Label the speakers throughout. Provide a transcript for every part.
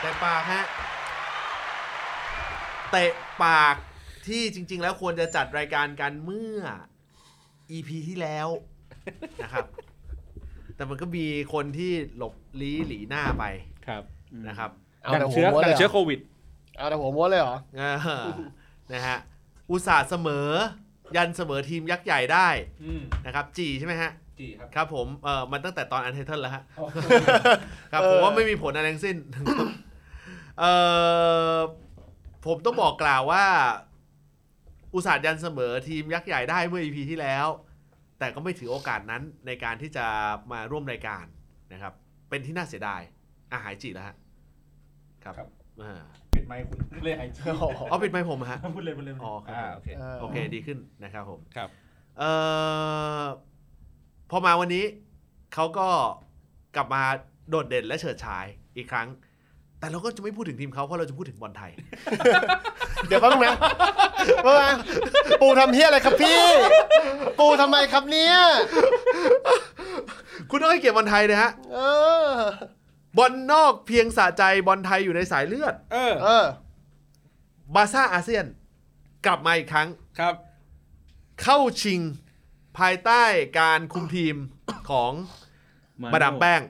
Speaker 1: เตะปากฮะ เตะปากที่จริง ๆ แล้วควรจะจัดรายการกันเมื่อ EP ที่แล้ว นะครับ แต่มันก็มีคนที่หลบลี้หลีหน้าไป
Speaker 2: ครับ
Speaker 1: นะครับ
Speaker 3: เอา
Speaker 2: ดั
Speaker 3: แต่
Speaker 2: ง
Speaker 3: หั
Speaker 2: เชื้อ
Speaker 3: วม้วนเล
Speaker 2: ดัง
Speaker 3: ยเหร
Speaker 2: เชื้อ
Speaker 3: อ
Speaker 2: โควิด
Speaker 3: เอาแต่หัวม้วนเลยเหรอ
Speaker 1: เออนะฮะ อุตส่าห์เสมอ ยันเสมอทีมยักษ์ใหญ่ได้
Speaker 2: อืม
Speaker 1: นะครับ จีใช่ไหมฮะ
Speaker 2: จีครับ
Speaker 1: ครับผมเออมันตั้งแต่ตอนอันเทเทิลแล้วฮะ
Speaker 2: อ๋อ
Speaker 1: ครับผมว่าไม่มีผลอะไรทั้งสิ้น เออผมต้องบอกกล่าวว่า อุตสาห์ยันเสมอทีมยักษ์ใหญ่ได้เมื่อ EP ที่แล้ว แต่ก็ไม่ถือโอกาสนั้นในการที่จะมาร่วมรายการนะครับ เป็นที่น่าเสียดายอาหายจีแล้วฮะ ครับ
Speaker 2: ครับ
Speaker 1: อ่า
Speaker 2: ปิดไมค์คุณเลยไอจี
Speaker 3: โอ้โห
Speaker 1: อ๋อปิดไมค์ผมฮะ
Speaker 2: พูดเลยพูดเลย
Speaker 1: อ๋อครับ
Speaker 2: าโอเค
Speaker 3: เออ
Speaker 1: โอเคดีขึ้นนะครับผม
Speaker 2: ครับ
Speaker 1: เอ่อพอมาวันนี้เขาก็กลับมาโดดเด่นและเฉิดฉายอีกครั้ง แต่เราก็จะไม่พูดถึงทีมเขาเพราะเราจะพูดถึงบอลไทย
Speaker 3: เดี๋ยวแป๊บนึงนะแป๊บนึงนะปูทำเฮี้ยอะไรครับพี่ ปูทำไมครับเนี่ย
Speaker 1: คุณต้องให้เกียรติบอลไทยนะฮะ
Speaker 3: เออ
Speaker 1: บอลนอกเพียงสะใจบอลไทยอยู่ในสายเลือด
Speaker 2: เออ
Speaker 3: เออบ
Speaker 1: าซ่าอาเซียน กลับมาอีกครั้ง
Speaker 2: ครับ
Speaker 1: เข้าชิงภายใต้การคุมทีมของมาดามแป้ง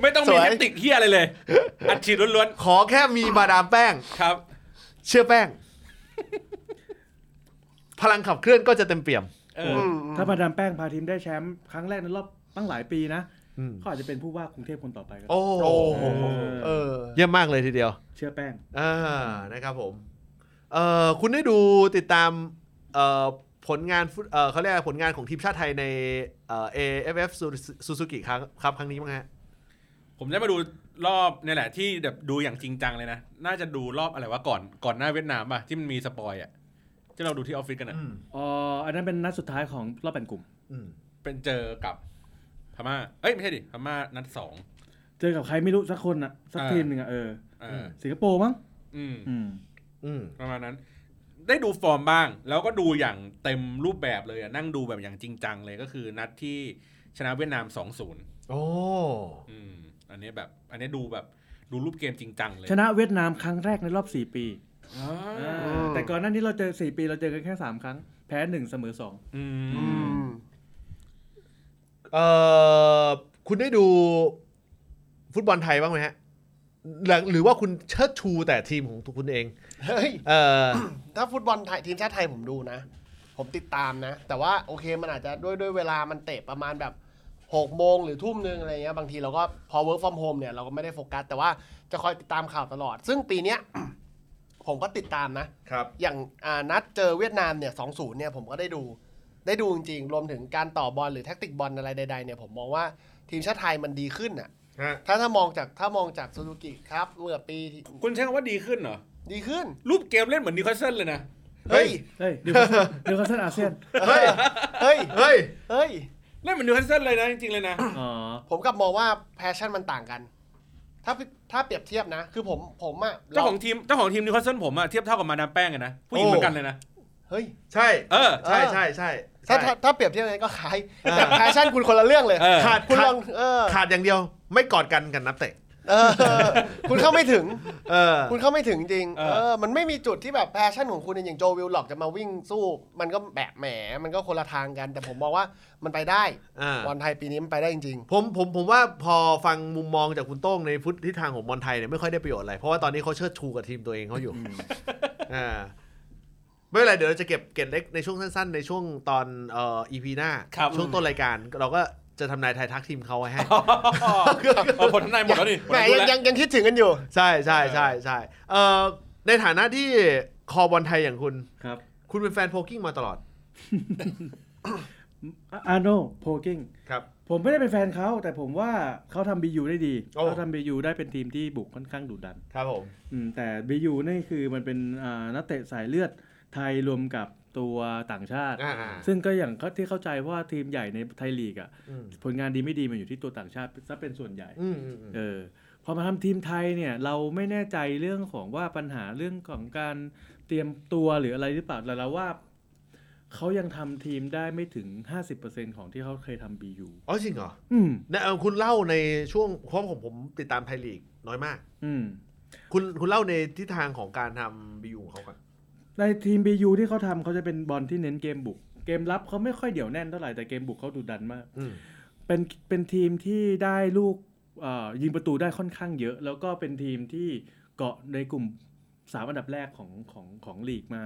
Speaker 2: ไม่ต้อง
Speaker 3: ส
Speaker 2: มี
Speaker 3: วย
Speaker 2: แทคติกเฮียอะไรเลย อัดฉีดล้วน
Speaker 1: ขอแค่มีมาดามแป้ง
Speaker 2: ๆ ครับ
Speaker 1: เชื่อแป้ง พลังขับเคลื่อนก็จะเต็มเปี่ยม
Speaker 2: เอ
Speaker 4: โอ้
Speaker 2: อ
Speaker 4: ยถ้ามาดามแป้งพาทีมได้แชมป์ครั้งแรกในรอบตั้งหลายปีนะ
Speaker 1: อืม
Speaker 4: เขาอาจจะเป็นผู้ว่ากรุงเทพคนต่อไปก็ได้
Speaker 1: โอ้
Speaker 3: โอ้
Speaker 2: โห
Speaker 3: โหเออ
Speaker 1: เยี่ยมมากเลยทีเดียว
Speaker 4: เชื่อแป้ง
Speaker 1: อ่านะครับผมเอ่อคุณได้ดูติดตามเอ่อผลงานฟุตเอ่อเขาเรียกอะไรผลงานของทีมชาติไทยในเอ่อ AFF Suzu- Suzuki ครั้งครับครั้งนี้มั้งฮะ
Speaker 2: ผมได้มาดูรอบเนี่ยแหละที่แบบดูอย่างจริงจังเลยนะ น่าจะดูรอบอะไรวะก่อนก่อนหน้าเวียดนามป่ะที่มันมีสปอยอ่ะที่เราดูที่ออฟฟิศกันอ่ะ
Speaker 4: อ๋อ อันนั้นเป็นนัดสุดท้ายของรอบแบ่งกลุ่ม
Speaker 1: อืม
Speaker 2: เป็นเจอกับพม่า เอ้ยไม่ใช่ดิพม่านัดสอง
Speaker 4: เจอกับใครไม่รู้สักคนอ่ะ สัก
Speaker 2: อ่า
Speaker 4: ทีมหนึ่งอ่ะเออ
Speaker 2: เออ
Speaker 4: สิงคโปร์มั้ง
Speaker 2: อืม
Speaker 4: อืม
Speaker 1: อืม
Speaker 2: ประมาณนั้น ได้ดูฟอร์มบ้าง แล้วก็ดูอย่างเต็มรูปแบบเลยอะนั่งดูแบบอย่างจริงจังเลยก็คือนัดที่ชนะเวียดนาม 2-0
Speaker 1: โอ้
Speaker 2: อืมอันนี้แบบ อันนี้ดูแบบดูรูปเกมจริงจังเลย
Speaker 4: ชนะเวียดนามครั้งแรกในรอบ 4 ปี
Speaker 2: อ่า
Speaker 4: อ่าแต่ก่อนหน้านี้เราเจอ 4 ปีเราเจอกันแค่ 3 ครั้ง แพ้1เสมอ
Speaker 2: อื
Speaker 3: อื
Speaker 2: ม
Speaker 3: ม
Speaker 1: เอ่อคุณได้ดูฟุตบอลไทยบ้างไหมฮะหรือหรือว่าคุณเชิดชูแต่ทีมของตัวคุณเอง
Speaker 3: เฮ้ย
Speaker 1: เออ
Speaker 3: ถ้าฟุตบอลไทยทีมชาติไทยผมดูนะ ผมติดตามนะ แต่ว่าโอเคมันอาจจะด้วยด้วยเวลามันเตะประมาณแบบหกโมงหรือทุ่มนึงอะไรเงี้ยบางทีเราก็พอ work from home เนี่ยเราก็ไม่ได้โฟกัส แต่ว่าจะคอยติดตามข่าวตลอด ซึ่งปีเนี้ย ผมก็ติดตามนะ
Speaker 1: ครับ
Speaker 3: อย่างอ่านัดเจอเวียดนามเนี่ยสองศูนย์เนี่ยผมก็ได้ดู ได้ดูจริงๆ รวมถึงการต่อบอลหรือแท็กติกบอลอะไรใดๆเนี่ยผมมองว่าทีมชาติไทยมันดีขึ้นอ่ะ
Speaker 1: ฮะ
Speaker 3: ถ้าถ้ามองจากถ้ามองจากซูซูกิครับเมื่อปีที่
Speaker 2: คุณใช้คำว่าดีขึ้นเหรอ
Speaker 3: ดีขึ้น
Speaker 2: รูปเกมเล่นเหมือนนิวคาสเซิลเลยนะ
Speaker 1: เฮ้
Speaker 3: เฮ้
Speaker 1: ย
Speaker 3: ย
Speaker 4: 2เฮ้ยเดี๋ยวเขาเดี๋ยวเขาเส้นอาเซียน
Speaker 3: เฮ้ย เฮ้ย
Speaker 1: เฮ้ย
Speaker 3: เฮ้ย
Speaker 2: เล่นเหมือนนิวคาสเซิลเลยนะ จริงๆเลยนะ
Speaker 4: อ๋อ
Speaker 3: ผมกลับมองว่าแพชชั่นมันต่างกัน ถ้าถ้าเปรียบเทียบนะ คือผมผมอะ
Speaker 2: เจ้าของทีมเจ้าของทีมนิวคาสเซิลผมอะเทียบเท่ากับมาดามแป้งเลยนะ ผู้หญิงเหมือนกันเลยนะ
Speaker 3: เฮ้ย
Speaker 1: ใช่
Speaker 2: เออ
Speaker 1: ใช่ใช่ใช่
Speaker 3: ถ้า
Speaker 1: ใช่
Speaker 3: ถ้าถ้าเปรียบเทียบกันก็คล้าย
Speaker 1: เออ
Speaker 3: แต่แพชชั่นคุณคนละเรื่องเลย
Speaker 2: เออ
Speaker 1: ขาด
Speaker 3: คุณ
Speaker 1: ขา
Speaker 3: ล
Speaker 1: ด
Speaker 3: องเออ
Speaker 1: ขาดอย่างเดียวไม่กอดกันกันนับเตะ
Speaker 3: เออ คุณเข้าไม่ถึง
Speaker 1: เออ
Speaker 3: คุณเข้าไม่ถึงจริง
Speaker 2: เออ
Speaker 3: เออ มันไม่มีจุดที่แบบแพชชั่นของคุณอย่างโจวิลล็อกจะมาวิ่งสู้ มันก็แบบแหม มันก็คนละทางกัน แต่ผมมองว่ามันไปได้
Speaker 1: อ่า
Speaker 3: บอลไทยปีนี้มันไปได้จริง
Speaker 1: ผมผมผมว่าพอฟังมุมมองจากคุณโต้งในพุทธทิศทางของบอลไทยเนี่ยไม่ค่อยได้ประโยชน์อะไร เพราะว่าตอนนี้เขาเชิดชูกับทีมตัวเองเขาอยู่อ่าไม่เป็นไรเดี๋ยวเราจะเก็บเก็บเล็กในช่วงสั้นๆ ในช่วงตอนเอ่อ EP หน้า
Speaker 2: ครับ
Speaker 1: ช่วงต้นรายการ เราก็จะทำนายทายทักทีมเขาไว้ให้
Speaker 2: เอาผลทำนายหมดแล้วนี่
Speaker 3: ๆ
Speaker 2: ผ
Speaker 3: แห
Speaker 2: ล
Speaker 3: ม
Speaker 2: ทำนายหมด
Speaker 3: ยัง
Speaker 2: แล้ว
Speaker 3: ยังยังคิดถึงกันอยู่
Speaker 1: ใช่ใช่ใช่ใช่เอ่อในฐานะที่คอบอลไทยอย่างคุณ
Speaker 4: ครับ
Speaker 1: คุณเป็นแฟนโพลกิ้งมาตลอด
Speaker 4: อาโนโพกิ้ง
Speaker 1: ครับ
Speaker 4: ผมไม่ได้เป็นแฟนเขาแต่ผมว่าเขาทำบียูได้ดี
Speaker 1: โอ้
Speaker 4: เขาทำบียูได้เป็นทีมที่บุกค่อนข้างดุดัน
Speaker 1: ครับผม
Speaker 4: อืมแต่บียูนี่คือมันเป็นอ่านักเตะสายเลือดไทยรวมกับตัวต่างชาติ
Speaker 1: อ่าๆ
Speaker 4: ซึ่งก็อย่างเขาที่เข้าใจว่าทีมใหญ่ในไทยลีกอะ
Speaker 1: อืม
Speaker 4: ผลงานดีไม่ดีมันอยู่ที่ตัวต่างชาติซะเป็นส่วนใหญ่
Speaker 1: อืมอืมอืม
Speaker 4: เออพอมาทำทีมไทยเนี่ยเราไม่แน่ใจเรื่องของว่าปัญหาเรื่องของการเตรียมตัวหรืออะไรหรือเปล่าแต่เราว่า เขายังทำทีมได้ไม่ถึง 50%ของที่เขาเคยทำบียู
Speaker 1: อ๋อจริงเหรอ
Speaker 4: อืม
Speaker 1: เนี่ยเอาคุณเล่าในช่วงเพราะผมผมติดตามไทยลีกน้อยมาก
Speaker 4: อืม
Speaker 1: คุณคุณเล่าในทิศทางของการทำบียูของเขาก่อน
Speaker 4: ในทีมบียูที่เขาทำเขาจะเป็นบอลที่เน้นเกมบุก เกมรับเขาไม่ค่อยเดี่ยวแน่นเท่าไหร่แต่เกมบุกเขาดุดันมาก
Speaker 1: อืม
Speaker 4: เป็นเป็นทีมที่ได้ลูกเอ่อยิงประตูได้ค่อนข้างเยอะ แล้วก็เป็นทีมที่เกาะในกลุ่มสามอันดับแรกของของของลีกมา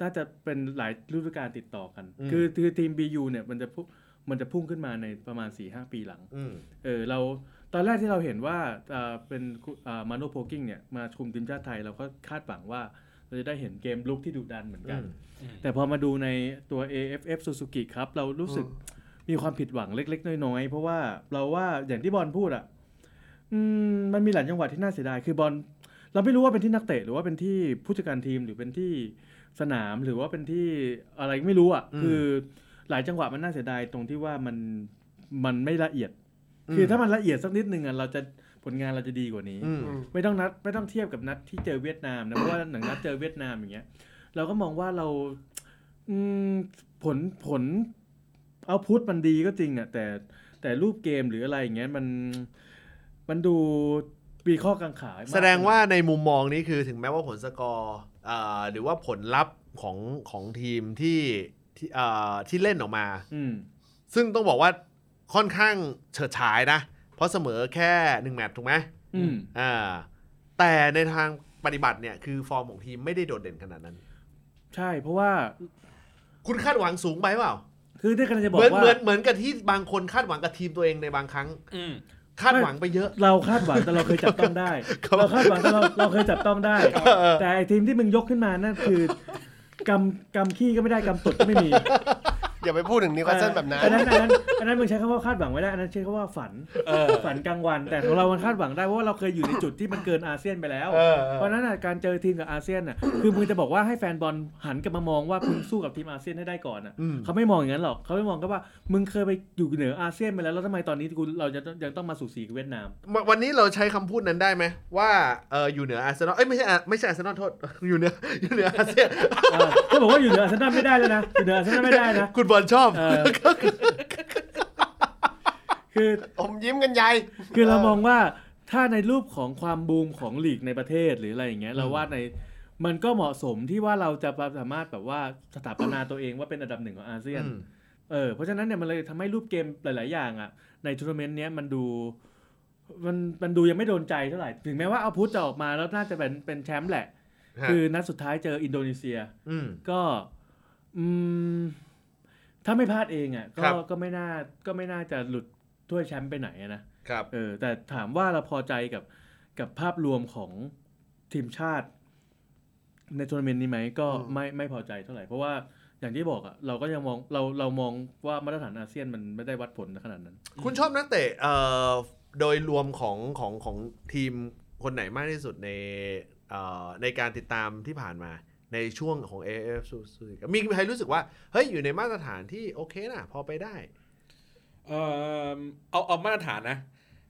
Speaker 4: น่าจะเป็นหลายฤดูกาลติดต่อกัน คือคือทีม BU เนี่ยมันจะพุ่งมันจะพุ่งขึ้นมาในประมาณ 4-5 ปีหลัง
Speaker 1: อืม
Speaker 4: เออเราตอนแรกที่เราเห็นว่าเอ่อเป็นมาโนโพกิ้งเนี่ยมาคุมทีมชาติไทยเราก็คาดหวังว่าเราจะได้เห็นเกมลุกที่ดุดันเหมือน
Speaker 1: อื
Speaker 4: กัน
Speaker 1: ม
Speaker 4: แต่พอมาดูในตัว AFF Suzuki ครับ เรารู้สึกมีความผิดหวังเล็ก ๆ น้อย ๆ เพราะว่าเราว่าอย่างที่บอลพูดอ่ะอืมมันมีหลายจังหวะที่น่าเสียดายคือบอลเราไม่รู้ว่าเป็นที่นักเตะหรือว่าเป็นที่ผู้จัดการทีมหรือเป็นที่สนามหรือว่าเป็นที่อะไรไม่รู้อ่ะคือหลายจังหวะมันน่าเสียดายตรงที่ว่ามันมันไม่ละเอียด คือถ้ามันละเอียดสักนิดนึงอ่ะเราจะผลงานเราจะดีกว่านี้
Speaker 1: อืม
Speaker 3: อืม
Speaker 4: ไม่ต้องนัดไม่ต้องเทียบกับนัดที่เจอเวียดนามนะ เพราะว่าหนังนัดเจอเวียดนามอย่างเงี้ย เราก็มองว่าเราอืมผลผลเอาพุทมันดีก็จริงอะแต่แต่รูปเกมหรืออะไรอย่างเงี้ยมันมันดูมีข้อกังขามก
Speaker 1: แสดงว่าในมุมมองนี้คือถึงแม้ว่าผลสกอร์เอ่อหรือว่าผลลัพธ์ของของทีมที่ที่เอ่อที่เล่นออกมา
Speaker 4: อืม
Speaker 1: ซึ่งต้องบอกว่าค่อนข้างเฉิดฉายนะ เพราะเสมอแค่หนึ่งแมตช์ถูกไหม
Speaker 4: อืม
Speaker 1: อ่าแต่ในทางปฏิบัติเนี่ยคือฟอร์มของทีมไม่ได้โดดเด่นขนาดนั้น
Speaker 4: ใช่เพราะว่า
Speaker 1: คุณคาดหวังสูงไปเปล่า
Speaker 4: คือที่กำลังจะบอ
Speaker 1: เห
Speaker 4: ก
Speaker 1: มือน
Speaker 4: ว่า
Speaker 1: เหมือนเหมือนกับที่บางคนคาดหวังกับทีมตัวเองในบางครั้ง
Speaker 2: อืม
Speaker 1: คาดหวังไปเยอะ
Speaker 4: เราคาดหวังแต่เราเคยจับต้อง ได้
Speaker 1: ครับ
Speaker 4: เราคาดหวังแต่เราเราเคยจับต้องได้
Speaker 1: เออ
Speaker 4: แต่ไอ้ทีมที่มึงยกขึ้นมานั่นคือกำกำขี้ก็ไม่ได้กำตดก็ไม่มี
Speaker 3: อย่าไปพูดถึงนิวคาสเซิลแบบนั้น
Speaker 4: อันนั้นอันนั้นอันนั้นมึงใช้คำว่าคาดหวังไม่ได้ อันนั้นใช้คำว่าฝัน
Speaker 2: เออ
Speaker 4: ฝันกลางวัน แต่ของเรามันคาดหวังได้เพราะว่าเราเคยอยู่ในจุดที่มันเกินอาเซียนไปแล้ว
Speaker 1: เออเออ
Speaker 4: เพราะฉะนั้นน่ะการเจอทีมกับอาเซียนน่ะ คือมึงจะบอกว่าให้แฟนบอลหันกลับมามองว่าคุณสู้กับทีมอาเซียนให้ได้ก่อนอ่ะ
Speaker 1: อืม
Speaker 4: เขาไม่มองอย่างนั้นหรอกเขาไม่มองก็ว่ามึงเคยไปอยู่เหนืออาเซียนไปแล้วแล้วทำไมตอนนี้กูเราจะยังต้องมาสู่สีกับเวียดนาม
Speaker 1: วันวันนี้เราใช้คำพูดนั้นได้ไหมว่าเอออยู่เหนืออาร์เซนอลเอ้ยไม่ใช่อ่ะไม่ใช่อาร์เซนอลโทษ อยู่เหนืออยู่เหนืออาเซียน
Speaker 4: เออเขาบอกว่าอยู่เหนืออาร์เซนอลไม่ได้แล้วนะอยู่เหนืออาร์เซนอลไม่ได้นะ
Speaker 1: คุณบอลชอบ
Speaker 4: เออคือ
Speaker 3: อมยิ้มกันใหญ่
Speaker 4: คือเรามองว่าถ้าในรูปของความบูมของลีกในประเทศหรืออะไรอย่างเงี้ยเราว่าในมันก็เหมาะสมที่ว่าเราจะสามารถแบบว่าสถาปนาตัวเองว่าเป็นอันดับหนึ่งของอาเซียน เออเพราะฉะนั้นเนี่ยมันเลยทำให้รูปเกมหลาย ๆ อย่างอ่ะในทัวร์นาเมนต์เนี้ยมันดูมันมันดูยังไม่โดนใจเท่าไหร่ ถึงแม้ว่าเอาพุทธจะออกมาแล้วน่าจะเป็นเป็นแชมป์แหละ
Speaker 1: ฮะ
Speaker 4: คือนัดสุดท้ายเจออินโดนีเซีย
Speaker 1: อืม
Speaker 4: ก็อืมถ้าไม่พลาดเองอ่ะ
Speaker 1: ครั
Speaker 4: ก็
Speaker 1: บ
Speaker 4: ก็ไม่น่าก็ไม่น่าจะหลุดถ้วยแชมป์ไปไหนอะนะ
Speaker 1: ครับ
Speaker 4: เออแต่ถามว่าเราพอใจกับกับภาพรวมของทีมชาติ ในทัวร์นาเมนต์นี้ไหมก็
Speaker 3: อืม
Speaker 4: ไม่ไม่พอใจเท่าไหร่ เพราะว่าอย่างที่บอกอะเราก็ยังมองเราเรามองว่ามาตรฐานอาเซียนมันไม่ได้วัดผลขนาดนั้น
Speaker 1: คุณชอบนักเตะเอ่อโดยรวมของของของทีมคนไหนมากที่สุดในเอ่อในการติดตามที่ผ่านมาในช่วงของ AF ซูซูมีใครรู้สึกว่า เฮ้ย อยู่ในมาตรฐานที่โอเคนะพอไปได้
Speaker 2: เอ่อเอาเอามาตรฐานนะ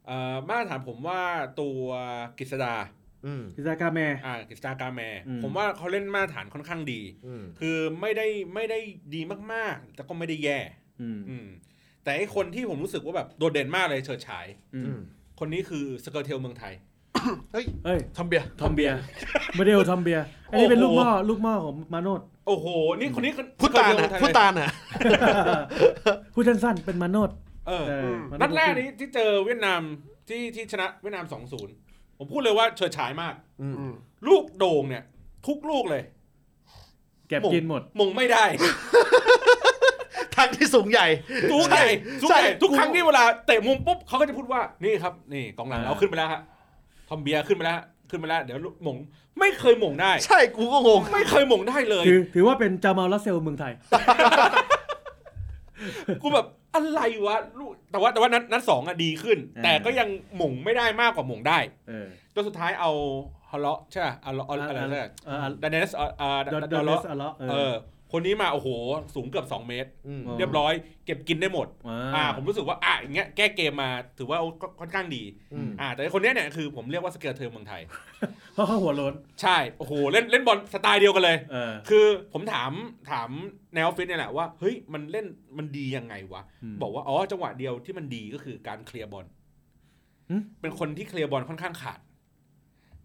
Speaker 2: เอ่อมาตรฐานผมว่าตัวกฤษดา
Speaker 1: อืม
Speaker 4: อิซากาแม
Speaker 2: อ่ากฤษดากาแม
Speaker 4: อืม
Speaker 2: ผมว่าเขาเล่นมาตรฐานค่อนข้างดี
Speaker 1: อืม
Speaker 2: คือไม่ได้ไม่ได้ดีมากๆ แต่ก็ไม่ได้แย่
Speaker 4: อืม
Speaker 2: อืม แต่ไอคนที่ผมรู้สึกว่าแบบโดดเด่นมากเลยเฉิดฉาย
Speaker 4: อื
Speaker 1: อื
Speaker 4: ม
Speaker 1: ม
Speaker 2: คนนี้คือสเกอร์เทลเมืองไทย
Speaker 4: เอ้ย
Speaker 1: ทำเบียร์
Speaker 4: ทอมเบียร์โมเดลทอมเบียร์อันนี้เป็น
Speaker 2: โอ้
Speaker 4: ลูก
Speaker 2: โห
Speaker 4: หม้อลูกหม้อของมาโนด
Speaker 2: โอ้โห นี่คนนี้คือ
Speaker 1: พุตาน
Speaker 2: สเกอ
Speaker 1: อ่ะ
Speaker 2: ร์เทลเมืองไทย
Speaker 1: พุ
Speaker 2: เลย
Speaker 1: ตานอ่ะ
Speaker 4: พูดสั้นๆเป็นมาโนด
Speaker 2: เออ
Speaker 4: เออ
Speaker 2: นัดแรกนี้ที่เจอเวียดนามที่ที่ชนะเวียดนามสองศูนย์ผมพูดเลยว่าเฉิดฉายมาก
Speaker 1: อืม
Speaker 3: อืม
Speaker 2: ลูกโด่งเนี่ย ทุกลูกเลย
Speaker 4: แก็บกินหมด
Speaker 2: มงไม่ได้
Speaker 1: ทั้งที่สูงใหญ่
Speaker 2: ทุกใหญ่ทุก
Speaker 1: ใช่
Speaker 2: ใหญ่ทุก
Speaker 1: กู
Speaker 2: ครั้งที่เวลาเตะมุมปุ๊บเขาก็จะพูดว่านี่ครับ นี่กองหลัง
Speaker 4: อ่า
Speaker 2: เราขึ้นไปแล้วฮะทอมเบียร์ขึ้นไปแล้วฮะขึ้นไปแล้วเดี๋ยวลูกหมงไม่เคยหมงได้
Speaker 1: ใช่กูก็งง
Speaker 2: ไม่เคยหมงได้เลย
Speaker 4: ถือถือว่าเป็นจามาลรัสเซลเมืองไทย
Speaker 2: กูแบบอะไรวะลูกแต่ว่าแต่ว่านัดนัดสองอะดีขึ้น
Speaker 4: อ่า
Speaker 2: แต่ก็ยังหมงไม่ได้มากกว่าหมงได้
Speaker 4: เออ
Speaker 2: จนสุดท้ายเอาฮอลเลาะใช่ป่ะเอาเลาะเอาอะไรใช่ป่ะ
Speaker 4: เออ
Speaker 2: ดานเนสเอ่อเอ่อ
Speaker 4: ดอน
Speaker 2: ดานเลาะ
Speaker 4: เสอะเลาะเอ
Speaker 2: เออ
Speaker 4: อ
Speaker 2: คนนี้มาโอ้โห สูงเกือบ 2 เมตร
Speaker 1: อืม
Speaker 4: อ๋อ
Speaker 2: เรียบร้อยเก็บกินได้หมด อ่า
Speaker 4: อ่า
Speaker 2: ผมรู้สึกว่าอ่ะอย่างเงี้ยแก้เกมมาถือว่าก็ค่อนข้างดี
Speaker 1: อืม
Speaker 2: อ่า แต่คนเนี้ยเนี่ยคือผมเรียกว่าสเกลเทอร์เมืองไทย
Speaker 4: เพราะเขาหัวโล้น
Speaker 2: ใช่ โอ้โห เล่นเล่นบอลสไตล์เดียวกันเลย
Speaker 4: เออ
Speaker 2: คือผมถามถามในออฟฟิศเนี่ยแหละว่า เฮ้ย มันเล่นมันดียังไงวะ
Speaker 4: ม
Speaker 2: บอกว่าอ๋อจังหวะเดียวที่มันดีก็คือการเคลียร์บอล
Speaker 4: หึ
Speaker 2: เป็นคนที่เคลียร์บอลค่อนข้างขาด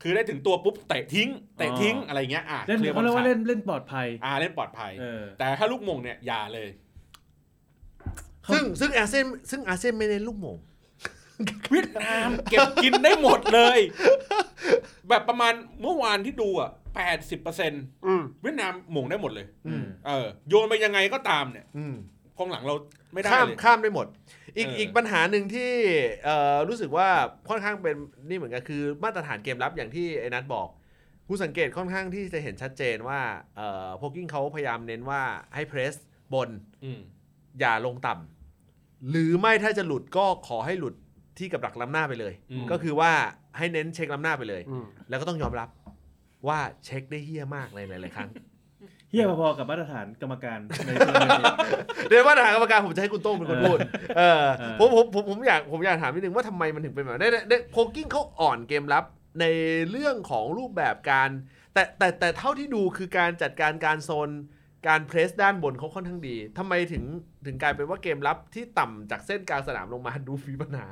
Speaker 2: คือได้ถึงตัวปุ๊บเตะทิ้งเตะทิ้งอะไรเงี้ยอ่ะ
Speaker 4: เล่น
Speaker 2: เคลียร์บอล
Speaker 4: เขาเรียก
Speaker 2: ขา
Speaker 4: ว่า
Speaker 2: ด
Speaker 4: เล่นเล่นปลอดภัย
Speaker 2: อ่าเล่นปลอดภัย
Speaker 4: เออ
Speaker 2: แต่ถ้าลูกมงเนี่ยอย่าเลย
Speaker 1: ซึ่งซึ่งอาเซียนซึ่งอาเซียนไม่เน้นลูกโมง
Speaker 2: เวียดนาม เก็บกินได้หมดเลย แบบประมาณเมื่อวานที่ดูอ่ะแปดสิบเปอร์เซ็น
Speaker 3: อืม
Speaker 2: เวียดนามหมงได้หมดเลย
Speaker 1: อืม
Speaker 2: เออ โยนไปยังไงก็ตามเนี่ย
Speaker 1: อืม
Speaker 2: กองหลังเราไม่ได้
Speaker 1: ข้าม
Speaker 2: เลย
Speaker 1: ข้ามได้หมด อีก
Speaker 2: เอออี
Speaker 1: อีกปัญหาหนึ่งที่เอ่อรู้สึกว่าค่อนข้างเป็นนี่เหมือนกันคือมาตรฐานเกมรับอย่างที่ไอ้นัทบอกกูสังเกตค่อนข้างที่จะเห็นชัดเจนว่าเอ่อพวกกิ้งเขาพยายามเน้นว่าให้เพรสบน
Speaker 2: อืม
Speaker 1: อย่าลงต่ำหรือไม่ถ้าจะหลุดก็ขอให้หลุดที่กับดักล้ำหน้าไปเลย
Speaker 2: อืม
Speaker 1: ก็คือว่าให้เน้นเช็คล้ำหน้าไปเลย
Speaker 3: อืม
Speaker 1: แล้วก็ต้องยอมรับว่าเช็คได้เฮี้ยมากในหลายๆครั้ง
Speaker 4: เฮียพอๆกับมาตรฐานกรรมการใน
Speaker 1: เดี๋ยวว่าทางกรรมการผมจะให้คุณโต้งเป็นคนพูด เออ
Speaker 4: เออ
Speaker 1: ผมผมผมผมอยากผมอยากถามนิดนึงว่าทำไมมันถึงเป็นแบบนั้นได้ได้โพกิ้งเขาอ่อนเกมรับในเรื่องของรูปแบบการ แต่แต่แต่เท่าที่ดูคือการจัดการการโซนการเพรสด้านบนเขาค่อนข้างดีทำไมถึงถึงกลายเป็นว่าเกมรับที่ต่ำจากเส้นกลางสนามลงมาดูมีปัญหา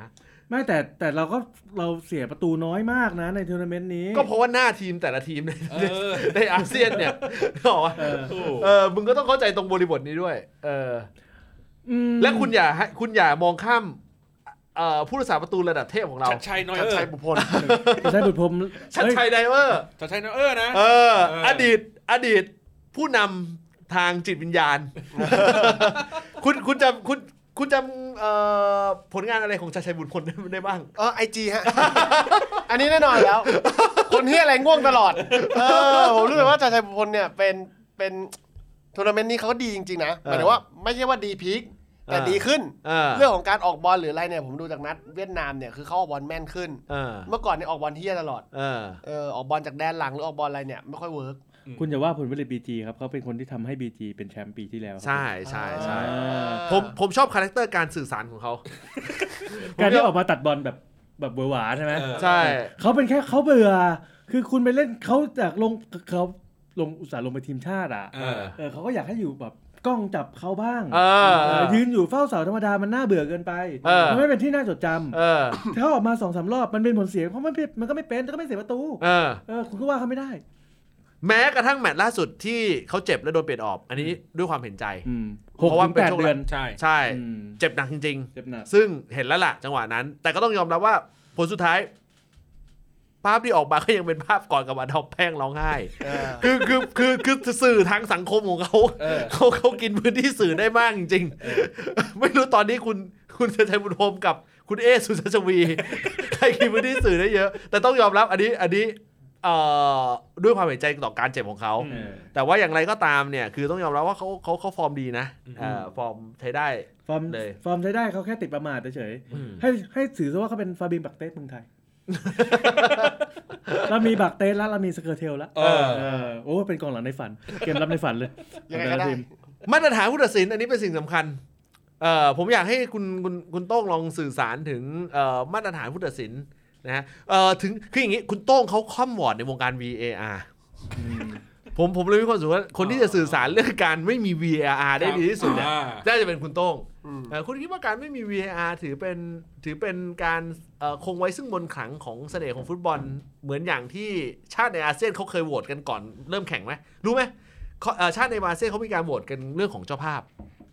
Speaker 4: ไม่แต่แต่เราก็เราเสียประตูน้อยมากนะในทัวร์นาเมนต์นี้
Speaker 1: ก็เพราะว่าหน้าทีมแต่ละทีมใน
Speaker 2: เออ
Speaker 1: ในอาเซียนเนี่ยนึกออกปะ
Speaker 4: เออ
Speaker 2: ถูก
Speaker 1: เออมึงก็ต้องเข้าใจตรงบริบทนี้ด้วย เออ
Speaker 4: อืม
Speaker 1: และคุณอย่าให้คุณอย่ามองข้ามเอ่อผู้รักษาประตูระดับเทพของเรา
Speaker 2: ชัดชัยน้อย
Speaker 3: ชัด
Speaker 2: เออ
Speaker 3: ชัยบุพพล
Speaker 4: จะ ใช้บุตรพรหม
Speaker 1: ชัดชัยไดเวอร์
Speaker 2: ชัดชัยน้อยเออนะ
Speaker 1: เออ
Speaker 2: เออ
Speaker 1: อ
Speaker 2: อ
Speaker 1: ดีต อดีตผู้นำทางจิตวิญญาณ คุณคุณจำคุณคุณจำเอ่อผลงานอะไรของชัดชัยบุญพลได้ได้บ้าง
Speaker 3: เออไอจีฮะ อันนี้แน่นอนแล้ว คนที่อะไรง่วงตลอด เออผมรู้เลยว่าจ่าชัยบุพลเนี่ยเป็นเป็นทัวร์นาเมนต์นี้เขาก็ดีจริง ๆ นะ หมายถึงว่าไม่ใช่ว่าดีพีคแต่
Speaker 1: เออ
Speaker 3: ดีขึ้น
Speaker 1: เออ
Speaker 3: เรื่องของการออกบอลหรืออะไรเนี่ย ผมดูจากนัดเวียดนามเนี่ยคือเขาออกบอลแม่นขึ้น
Speaker 1: เออ
Speaker 3: เมื่อก่อนเนี่ยออกบอลเฮี้ยตลอด
Speaker 1: เออ
Speaker 3: เออออกบอลจากแดนหลังหรือออกบอลอะไรเนี่ยไม่ค่อยเวิร์ก
Speaker 4: คุณอย่าว่าผลผลิตบีจีครับเขาเป็นคนที่ทำให้บีจีเป็นแชมป์ปีที่แล้วครับ
Speaker 1: ใช่ใช่ใช่
Speaker 4: อ่า
Speaker 1: ผมผมชอบคาแรคเตอร์การสื่อสารของเขา
Speaker 4: การที่ออกมาตัดบอลแบบแบบเบื่อหวาใช่ไหม
Speaker 2: เออ
Speaker 1: ใช่
Speaker 4: เขาเป็นแค่เขาเบื่อ คือคุณไปเล่นเขาจากลงเขาลงอุตส่าห์ลงไปทีมชาติอ่ะ
Speaker 2: เออ
Speaker 4: เออเขาก็อยากให้อยู่แบบกล้องจับเขาบ้าง
Speaker 1: เออเอ
Speaker 4: เออ
Speaker 1: อ
Speaker 4: ยืนอยู่เฝ้าเสาธรรมดามันน่าเบื่อเกินไป
Speaker 1: เออ
Speaker 4: มันไม่เป็นที่น่าจดจำ
Speaker 1: เออ
Speaker 4: ถ้าออกมาสองสามรอบมันเป็นผลเสียเพราะมันผิดมันก็ไม่เป็นแล้วก็ไม่เสียประตู
Speaker 1: เออ
Speaker 4: เออคุณก็ว่าเขาไม่ได้
Speaker 1: แม้กระทั่งแมตช์ล่าสุดที่เขาเจ็บและโดนเปลี่ยนออก อันนี้ด้วยความเห็นใจ
Speaker 4: อืม
Speaker 1: เพ
Speaker 4: หก
Speaker 1: ราะว่า
Speaker 4: ถึง
Speaker 1: เป็น
Speaker 4: แปด
Speaker 1: ช่วง
Speaker 4: เดือน
Speaker 2: ใช่
Speaker 1: ใช่
Speaker 4: อืม
Speaker 1: เจ็บหนักจริง
Speaker 4: เจ็บหนัก
Speaker 1: ๆ ซึ่งเห็นแล้วล่ะจังหวะนั้น แต่ก็ต้องยอมรับว่าผลสุดท้าย ภาพที่ออกมาก็ยังเป็นภาพก่อนกับอันเอาแป้งร้องไห้ คือคือคือคือคือสื่อทางสังคมของเขา
Speaker 2: เออ
Speaker 1: เขาเขากินพื้นที่สื่อได้มากจริงๆ ไม่รู้ตอนนี้คุณคุณชัยชัยบุญโฮมกับคุณเอสุชาชวี ใครกินพื้นที่สื่อได้เยอะ แต่ต้องยอมรับอันนี้อันนี้เอ่อด้วยความเห็นใจต่อการเจ็บของเขา
Speaker 4: เออ
Speaker 1: แต่ว่าอย่างไรก็ตามเนี่ย คือต้องยอมรับว่าเขาเขาเขาฟอร์มดีนะเอ่อฟอร์มใช้ได้
Speaker 4: ฟอร์ม
Speaker 1: เลย
Speaker 4: ฟอร์มใช้ได้เขาแค่ติดประมาทเฉย
Speaker 1: อืม
Speaker 4: ๆให้ให้ถือซะว่าเขาเป็นฟาบินบักเตสเมืองไทย เรามีบักเตสแล้วเรามีสเกอร์เทลแล้ว
Speaker 2: เออ
Speaker 4: เออโอ้เป็นกองหลังในฝัน เกมรับในฝันเลย
Speaker 3: ยังไงก็ได้
Speaker 4: ของแต่ละทีม
Speaker 1: มาตรฐานผู้ตัดสินอันนี้เป็นสิ่งสำคัญ เอ่อผมอยากให้คุณคุณคุณโต้งลองสื่อสารถึงเอ่อมาตรฐานผู้ตัดสินนะฮะเอ่อถึงคืออย่างนี้คุณโต้งเขาค่อมวอร์ดในวงการ VAR
Speaker 4: อืม
Speaker 1: ผมผมเลยมีความรู้สึกว่าคนที่จะสื่อสารเรื่องการไม่มี VAR ได้ดีที่สุดเนี่ย
Speaker 2: อ่า
Speaker 1: น่าจะเป็นคุณโต้ง
Speaker 3: อืม
Speaker 1: เอ่อคุณคิดว่าการไม่มี VAR ถือเป็นถือเป็นการเอ่อคงไว้ซึ่งมนต์ขลังของเสน่ห์ของฟุตบอล เหมือนอย่างที่ชาติในอาเซียนเขาเคยโหวตกันก่อนเริ่มแข่งไหมรู้ไหมเขาเอ่อชาติในอาเซียนเขามีการโหวตกันเรื่องของเจ้าภาพ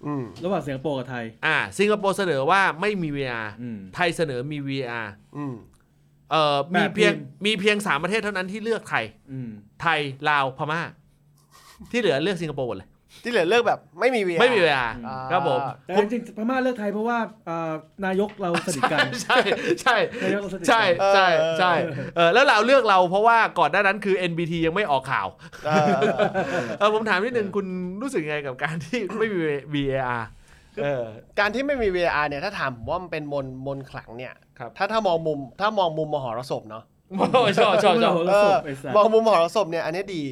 Speaker 3: อืม
Speaker 4: ระหว่างสิงคโปร์กับไทย
Speaker 1: อ่าสิงคโปร์เสนอว่าไม่มี VR
Speaker 4: อืม
Speaker 1: ไทยเสนอมี VR
Speaker 3: อืม
Speaker 1: เอ่อมี
Speaker 4: แบบ
Speaker 1: เพียง
Speaker 4: ทีม
Speaker 1: มีเพียงสามประเทศเท่านั้นที่เลือกไทย
Speaker 4: อืม
Speaker 1: ไทยลาวพม่า ที่เหลือเลือกสิงคโปร์หมดเลย
Speaker 3: ที่เหลือเลิกแบบไม่มีเวีย
Speaker 1: ไม่มี VR
Speaker 3: อ่า
Speaker 1: ครับผม
Speaker 4: แต่
Speaker 1: ผ
Speaker 4: จ
Speaker 1: ม
Speaker 4: ริงๆพม่าเลือกไทยเพราะว่าอ่านายกเราสนิทกัน
Speaker 1: ใช่ใช่
Speaker 4: นายกเราสนิทกัน
Speaker 1: ใช่ใช่ใช่เออแล้วลาวเลือกเราเพราะว่าก่อนหน้านั้นคือ NBT ยังไม่ออกข่าว
Speaker 3: เออ
Speaker 1: เออผมถามนิดนึงคุณรู้สึกยังไงกับการที่ ไม่มี VR เออ
Speaker 3: การที่ไม่มี VR เนี่ยถ้าถามผมว่ามันเป็นมนต์มนต์ขลังเนี่ย
Speaker 1: ครับ
Speaker 3: ถ้าถ้ามองมุมถ้ามองมุมมหรสพเนาะ
Speaker 1: โอ้ยชอบชอบชอบ
Speaker 4: เรา
Speaker 3: เอ
Speaker 4: ส
Speaker 3: อบ
Speaker 4: ไอ้สัส
Speaker 3: มองมุมมหรสพเนี่ยอันนี้ดี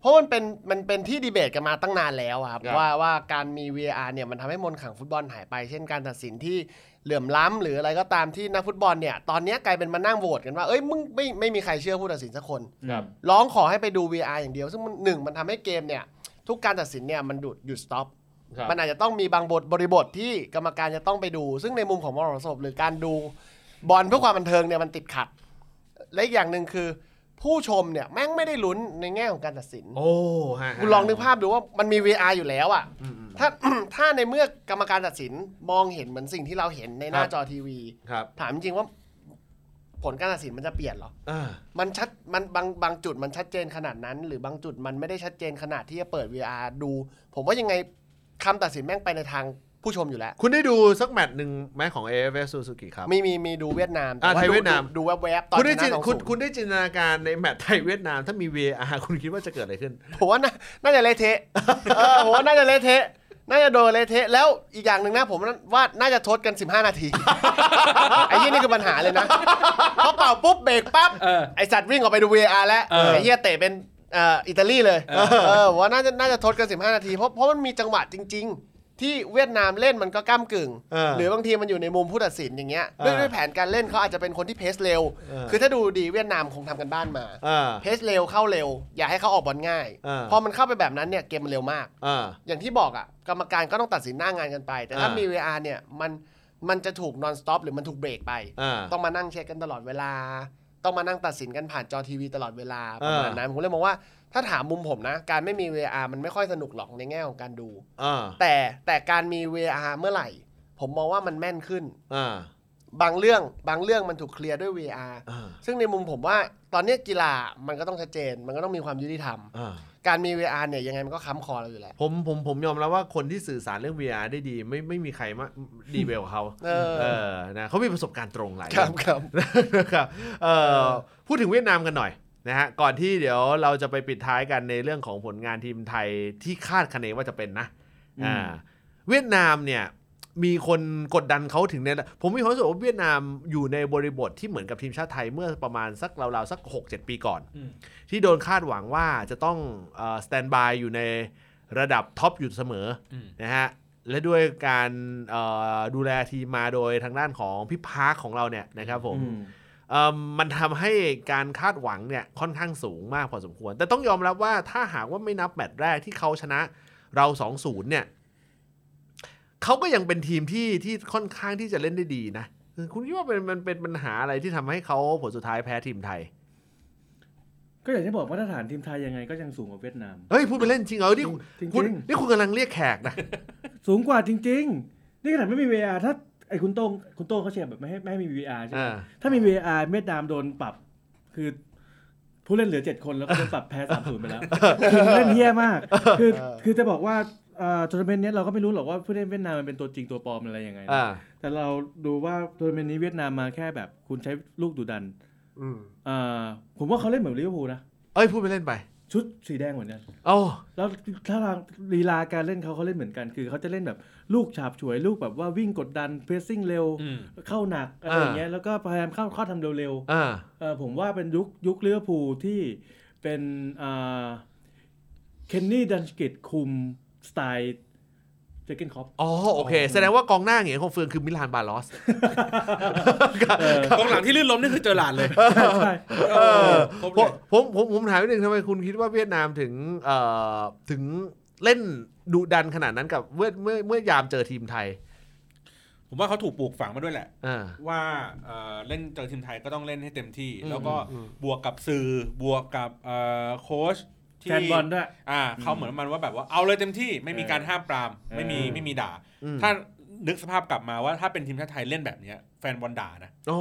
Speaker 3: เพราะมันเป็นมันเป็นที่ดีเบตกันมาตั้งนานแล้วอะครับ
Speaker 1: ครับ
Speaker 3: ว่าว่าการมี VR เนี่ยมันทำให้มนต์ขลังฟุตบอลหายไป เช่นการตัดสินที่เหลื่อมล้ำหรืออะไรก็ตามที่นักฟุตบอลเนี่ยตอนเนี้ยกลายเป็นมานั่งโหวตกันว่าเอ้ยมึงไม่ไม่มีใครเชื่อผู้ตัดสินสักคน
Speaker 1: ครับ
Speaker 3: ร้องขอให้ไปดู VR อย่างเดียว ซึ่งมันหนึ่งมันทำให้เกมเนี่ย ทุกการตัดสินเนี่ยมันดุดหยุดสต็อป
Speaker 1: ครับ
Speaker 3: มันอาจจะต้องมีบางบทบริบทที่กรรมการจะต้องไปดู ซึ่งในมุมของมรสพหรือการดูบอลเพื่อความบันเทิงเนี่ยมันติดขัด และอีกอย่างหนึ่งคือ ผู้ชมเนี่ยแม่งไม่ได้ลุ้นในแง่ของการตัดสิน
Speaker 1: โอ้ฮะฮะ
Speaker 3: คุณลองนึกภาพดูว่ามันมี VR อยู่แล้วอะ
Speaker 1: อืมอืม
Speaker 3: ถ้า ถ้าในเมื่อกรรมการตัดสินมองเห็นเหมือนสิ่งที่เราเห็นในหน้า
Speaker 1: ครับ
Speaker 3: จอทีวี
Speaker 1: ครับ
Speaker 3: ถามจริงๆว่าผลการตัดสินมันจะเปลี่ยนเหรอ
Speaker 1: อ่า
Speaker 3: มันชัดมันบางบางจุดมันชัดเจนขนาดนั้น หรือบางจุดมันไม่ได้ชัดเจนขนาดที่จะเปิด VR ดู ผมว่ายังไงคำตัดสินแม่งไปในทางผู้ชมอยู่แล้ว
Speaker 1: คุณได้ดูสักแมตช์หนึ่งไหมของ AFS Suzuki ครับ
Speaker 3: มีมีมีดูเวียดนาม
Speaker 1: อ่ะ
Speaker 3: แต่
Speaker 1: ไทย
Speaker 3: ดู
Speaker 1: เวียดนาม
Speaker 3: ดูแวบๆตอน
Speaker 1: คุณได้
Speaker 3: ช
Speaker 1: จิน
Speaker 3: นะสอง
Speaker 1: คุณ
Speaker 3: ศูนย์
Speaker 1: คุณได้จินตนาการในแมตช์ไทยเวียดนามถ้ามี VR คุณคิดว่าจะเกิดอะไรขึ้น
Speaker 3: ผมว่าน่าน่าจะเละเทะ เออผมว่าน่าจะเละเทะ น่าจะโดนเละเทะ แล้วอีกอย่างหนึ่งนะผมว่าน่าจะทดกัน 15 นาที ไอ้ยี่นี่คือปัญหาเลยนะพอเป่าปุ๊บเบรกปั๊บ
Speaker 2: เออ
Speaker 3: ไอสัตว์วิ่งออกไปดู VR แล้ว
Speaker 2: เออ
Speaker 3: ไอเฮียเตะเป็นเอ่ออิตาลีเลย
Speaker 2: เออ
Speaker 3: เออผมว่าน่าจะน่าจะทดกัน 15 นาที เพราะเพราะมันมีจังหวะจริง ๆ ที่เวียดนามเล่นมันก็ก้ามกึ่ง
Speaker 1: เออ
Speaker 3: หรือบางทีมันอยู่ในมุมผู้ตัดสินอย่างเงี้ย
Speaker 1: เออ
Speaker 3: ด้วยด้วยแผนการเล่นเขาอาจจะเป็นคนที่เพสเร็ว
Speaker 1: เออ
Speaker 3: คือถ้าดูดีเวียดนามคงทำกันบ้านมา
Speaker 1: อ่า
Speaker 3: เพสเร็วเข้าเร็ว อย่าให้เขาออกบอลง่าย
Speaker 1: เออ
Speaker 3: พอมันเข้าไปแบบนั้นเนี่ยเกมมันเร็วมาก
Speaker 1: อ่า
Speaker 3: อย่างที่บอกอ่ะกรรมการก็ต้องตัดสินหน้างานกันไป แต่ถ้า
Speaker 1: อ่ามี
Speaker 3: มี VR เนี่ยมันมันจะถูกนอนสต็อปหรือมันถูกเบรกไป
Speaker 1: อ่า
Speaker 3: ต้องมานั่งเช็คกันตลอดเวลา ต้องมานั่งตัดสินกันผ่านจอทีวีตลอดเวลาประมาณนั้นผมเลยมองว่าถ้าถามมุมผมนะ การไม่มี VR มันไม่ค่อยสนุกหรอกในแง่ของการดู
Speaker 1: อ่า
Speaker 3: แต่แต่การมี VR เมื่อไหร่ ผมมองว่ามันแม่นขึ้น
Speaker 1: อ่า
Speaker 3: บางเรื่องบางเรื่องมันถูกเคลียร์ด้วย VR
Speaker 1: อ่า
Speaker 3: ซึ่งในมุมผมว่าตอนเนี้ยกีฬามันก็ต้องชัดเจน มันก็ต้องมีความยุติธรรม
Speaker 1: อ่า
Speaker 3: การมี VR เนี่ยยังไงมันก็ค้ำคอเราอยู่แหละ
Speaker 1: ผมผมผมยอมรับว่าคนที่สื่อสารเรื่อง VR ได้ดี ไม่ไม่มีใครมาดีเวลเขา
Speaker 3: เออ
Speaker 1: เออนะเขามีประสบการณ์ตรงหลาย
Speaker 3: ครั
Speaker 1: เรื่
Speaker 3: บ
Speaker 1: อง
Speaker 3: ครับ
Speaker 1: นะครับเอ่อพูดถึงเวียดนามกันหน่อยนะฮะก่อนที่เดี๋ยวเราจะไปปิดท้ายกันในเรื่องของผลงานทีมไทยที่คาดคะเนว่าจะเป็นนะ
Speaker 4: อืม
Speaker 1: อ่าเวียดนามเนี่ยมีคนกดดันเขาถึงในผมมีความรู้สึกว่าเวียดนามอยู่ในบริบทที่เหมือนกับทีมชาติไทยเมื่อประมาณสักราวๆสัก 6-7 ปีก่อน
Speaker 2: อืม
Speaker 1: ที่โดนคาดหวังว่าจะต้องสแตนบายอยู่ในระดับท็อปอยู่เสมอ
Speaker 2: อืม
Speaker 1: นะฮะและด้วยการเอ่อดูแลทีมมาโดยทางด้านของพี่พาร์คของเราเนี่ยนะครับผม
Speaker 4: อืม
Speaker 1: เอิ่มมันทำให้การคาดหวังเนี่ยค่อนข้างสูงมากพอสมควร แต่ต้องยอมรับว่าถ้าหากว่าไม่นับแมตช์แรกที่เขาชนะเรา 2-0 เนี่ยเขาก็ยังเป็นทีมที่ที่ค่อนข้างที่จะเล่นได้ดีนะ คุณคิดว่าเป็นมันเป็นปัญหาอะไรที่ทำให้เขาผลสุดท้ายแพ้ทีมไทย
Speaker 4: ก็อย่างที่บอกมาตรฐานทีมไทยยังไงก็ยังสูงกว่าเวียดนาม
Speaker 1: เฮ้ย พูดไปเล่นจริงเหรอนี่
Speaker 4: จริง
Speaker 1: คุณ
Speaker 4: ๆ
Speaker 1: นี่คุณกำลังเรียกแขกนะ
Speaker 4: สูงกว่าจริงๆ นี่ขนาดไม่มี VR ถ้าไอ้คุณโต้งคุณโต้งเขาเชียร์แบบไม่ให้ไม่ให้มี VR ใช่ไหม
Speaker 1: อ่า
Speaker 4: ถ้ามี VR เวียดนามโดนปรับ คือผู้เล่นเหลือเจ็ดคนแล้วก็ โดนปรับแพ้สามศูนย์ไปแล้วคือเล่นเฮี้ยมาก คือ
Speaker 3: เออ
Speaker 4: คือจะบอกว่าทัวร์นาเมนต์เนี้ยเราก็ไม่รู้หรอกว่าผู้เล่นเวียดนามมันเป็นตัวจริงตัวปลอมอะไรยังไงนะ
Speaker 1: อ่า
Speaker 4: แต่เราดูว่าทัวร์นาเมนต์นี้เวียดนามมาแค่แบบคุณใช้ลูกดุดัน
Speaker 3: อืม
Speaker 4: อ่าผมว่าเขาเล่นเหมือนลิเวอร์พูลนะ
Speaker 1: เอ้ย พูดไปเล่นไป
Speaker 4: ชุดสีแดงเหมือนกัน
Speaker 1: โอ้
Speaker 4: แล้วถ้าทางลีลาการเล่นเขาเขาเล่นเหมือนกัน คือเขาจะเล่นแบบลูกฉาบฉวยลูกแบบว่าวิ่งกดดันเพรสซิ่งเร็ว
Speaker 2: อืม
Speaker 4: เข้าหนักอะไรอย่างเงี้ยแล้วก็พยายามเข้าเข้าทำเร็ว
Speaker 1: อ่า
Speaker 4: ๆเอ่อผมว่าเป็นยุคยุคเลือร์พูลที่เป็นอ่าเคนนี่ดันชกิตคุมสไตล์เจเกนคอป
Speaker 1: อ๋อโอเค แสดงว่ากองหน้าเหงียนคงเฟืองคือมิลานบา ลอส
Speaker 2: กองหลังที่ลื่นล้มนี่คือเจอหลานเลย
Speaker 4: ใช่
Speaker 1: เออ
Speaker 2: ครบ
Speaker 1: ผ
Speaker 2: เล
Speaker 1: ม
Speaker 2: ย
Speaker 1: ผมผมผมถามนิดนึงทำไมคุณคิดว่าเวียดนามถึงเอ่อถึงเล่นดุดันขนาดนั้นกับเมื่อเมื่อเมื่อยามเจอทีมไทย
Speaker 2: ผมว่าเขาถูกปลูกฝังมาด้วยแหละ
Speaker 1: อ่า
Speaker 2: ว่าเอ่อเล่นเจอทีมไทยก็ต้องเล่นให้เต็มที่
Speaker 1: อืม
Speaker 2: แล้วก็บวกกับสื่อบวกกับเอ่อโค้ชที่
Speaker 4: แฟนบอลด้วย
Speaker 2: อ่าเขาเหมือนมันว่าแบบว่าเอาเลยเต็มที่ไม่มีการห้ามปราม
Speaker 4: เออ
Speaker 2: ไม่มีไม่มีด่า
Speaker 1: อืม
Speaker 2: ถ้านึกสภาพกลับมาว่าถ้าเป็นทีมชาติไทยเล่นแบบเนี้ยแฟนบอลด่านะ
Speaker 1: โอ้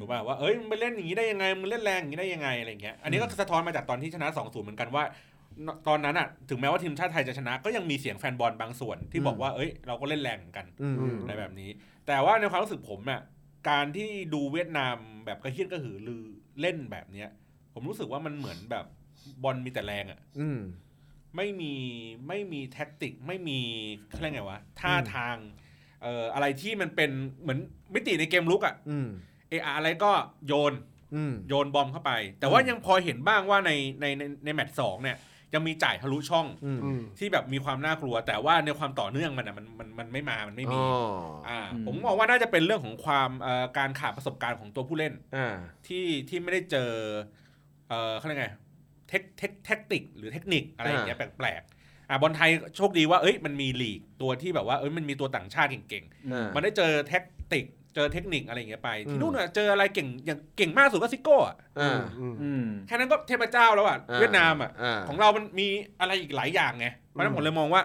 Speaker 2: ถูกป่ะว่าเอ้ยมึงไปเล่นอย่างนี้ได้ยังไงมึงเล่นแรงอย่างนี้ได้ยังไงอะไรอย่างเงี้ยอันนี้ก็สะท้อนมาจากตอนที่ชนะ2 0เหมือนกันว่า ตอนนั้นอ่ะถึงแม้ว่าทีมชาติไทยจะชนะก็ยังมีเสียงแฟนบอลบางส่วนที่บอกว่าเอ้ยเราก็เล่นแรงเหมือนกัน
Speaker 1: อืมอืม
Speaker 2: อะไรแบบนี้ แต่ว่าในความรู้สึกผมน่ะการที่ดูเวียดนามแบบกระเฮี้ยนกระหือรือเล่นแบบเนี้ย ผมรู้สึกว่ามันเหมือนแบบบอลมีแต่แรงอะ่ะ
Speaker 1: อืม
Speaker 2: ไม่มีไม่มีแท็กติก ไม่มีเขาเรียกไงวะท่า
Speaker 1: อืม
Speaker 2: ทางเอ่ออะไรที่มันเป็นเหมือนมิติในเกมลุกอะ่ะ
Speaker 1: อืม
Speaker 2: เอออะไรก็โยน
Speaker 1: อืม
Speaker 2: โยนบอมเข้าไป แต่ว่า
Speaker 1: อืม
Speaker 2: ยังพอเห็นบ้างว่าในในในในแมตช์สองเนี่ย ยังมีจ่ายทะลุช่อง
Speaker 1: อืม
Speaker 3: อืม
Speaker 2: ที่แบบมีความน่ากลัว แต่ว่าในความต่อเนื่องมันอ่ะมันมันมันไม่มามันไม่มี
Speaker 1: อ๋อ
Speaker 2: อ่า
Speaker 4: อืม
Speaker 2: ผมมองว่าน่าจะเป็นเรื่องของความเอ่อการขาดประสบการณ์ของตัวผู้เล่น
Speaker 1: อ่า
Speaker 2: ที่ที่ไม่ได้เจอ เออเขาเรียกไง เทคเทคแทคติกหรือเทคนิคอะไรอย่างเงี้ยแปลกๆอ่ะบอลไทยโชคดีว่าเอ้ยมันมีลีกตัวที่แบบว่าเอ้ยมันมีตัวต่างชาติเก่ง
Speaker 1: อ่า
Speaker 2: ๆ มันได้เจอเทคติก เจอเทคนิคอะไรอย่างเงี้ยไป
Speaker 1: อืม
Speaker 2: ที่นู่นน่ะเจออะไรเก่งอย่างเก่งมากสุดก็ซิโก้อะ
Speaker 1: อ่า
Speaker 4: อืม
Speaker 2: แค่นั้นก็เทพเจ้าแล้วอ่ะเวียดนามอ่ะ
Speaker 1: อ่า
Speaker 2: ของเรามันมีอะไรอีกหลายอย่างไงเพราะฉะนั้นผมเลยมองว่า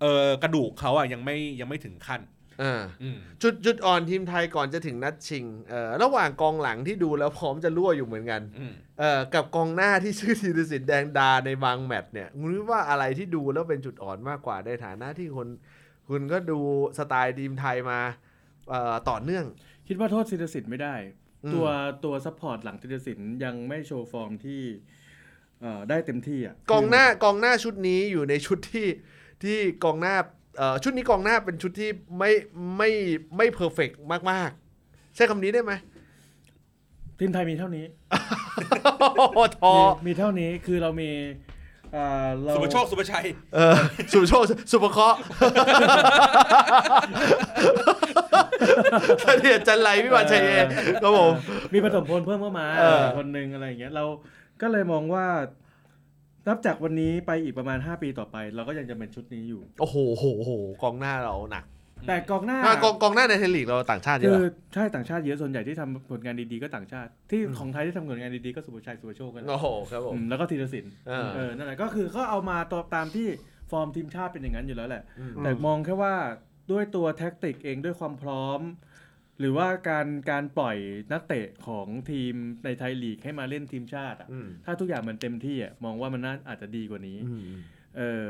Speaker 2: เออกระดูกเขาอ่ะยังไม่ยังไม่ถึงขั้น
Speaker 1: อ่า
Speaker 2: อืม
Speaker 1: จุดจุดอ่อนทีมไทยก่อนจะถึงนัดชิงเอ่อระหว่างกองหลังที่ดูแล้วพร้อมจะรั่วอยู่เหมือนกัน
Speaker 2: อืม
Speaker 1: เอ่อกับกองหน้าที่ชื่อ ธีรสินแดงดาในบางแมตช์เนี่ยคุณคิดว่าอะไรที่ดูแล้วเป็นจุดอ่อนมากกว่าในฐานะที่คน คุณก็ดูสไตล์ทีมไทยมาเอ่อต่อเนื่อง
Speaker 4: คิดว่าโทษซินสิทธิ์ไม่ได้
Speaker 1: อืม
Speaker 4: ตัวตัวซัพพอร์ตหลังซินสินยังไม่โชว์ฟอร์มที่เอ่อได้เต็มที่อ่ะ
Speaker 1: กองหน้ากองหน้าชุดนี้อยู่ในชุดที่ที่กองหน้าเอ่อชุดนี้กองหน้าเป็นชุดที่ไม่ไม่ไม่เพอร์เฟกมากๆ ใช้คำนี้ได้ไหม
Speaker 4: ทีมไทยมีเท่านี้
Speaker 1: ทอ
Speaker 4: มีมีเท่านี้คือเรามีเอ่อเรา
Speaker 2: สุภโชคสุภชัย
Speaker 1: เออ สุโชคสุปเคราะห์ เสถียรจันไรพี่วันชัยเอครับผม
Speaker 4: มีปฐมพลเพิ่มเข้ามา
Speaker 1: เออ
Speaker 4: คนหนึ่งอะไรอย่างเงี้ยเราก็เลยมองว่า นับจากวันนี้ไปอีกประมาณ 5 ปีต่อไป เราก็ยังจะเป็นชุดนี้อยู่
Speaker 1: โอ้โหโหโหกองหน้าเราหนัก
Speaker 4: แต่กองหน้า
Speaker 1: หน้ากองกองหน้าในไทยลีกเราต่างชาติเย
Speaker 4: คื
Speaker 1: อะ
Speaker 4: อใช่ต่างชาติเยอะส่วนใหญ่ที่ทำผลงานดีๆก็ต่างชาติ ที่ของไทยที่ทำผลงานดีๆก็สุภชัยสุภโชคกันแหละ
Speaker 1: โอ้โหครับผม
Speaker 4: อืมแล้วก็ธีรศิลป์
Speaker 1: เออ
Speaker 4: เออนั่นแหละก็คือก็เอามาตัวตามที่ฟอร์มทีมชาติเป็นอย่างนั้นอยู่แล้วแหละ
Speaker 1: อืม
Speaker 4: แต่มองแค่ว่าด้วยตัวแท็กติกเองด้วยความพร้อม หรือว่าการการปล่อยนักเตะของทีมในไทยลีกให้มาเล่นทีมชาติอะ
Speaker 1: อืม
Speaker 4: ถ้าทุกอย่างมันเต็มที่อะมองว่ามันน่าอาจจะดีกว่านี้
Speaker 1: อืม
Speaker 4: เออ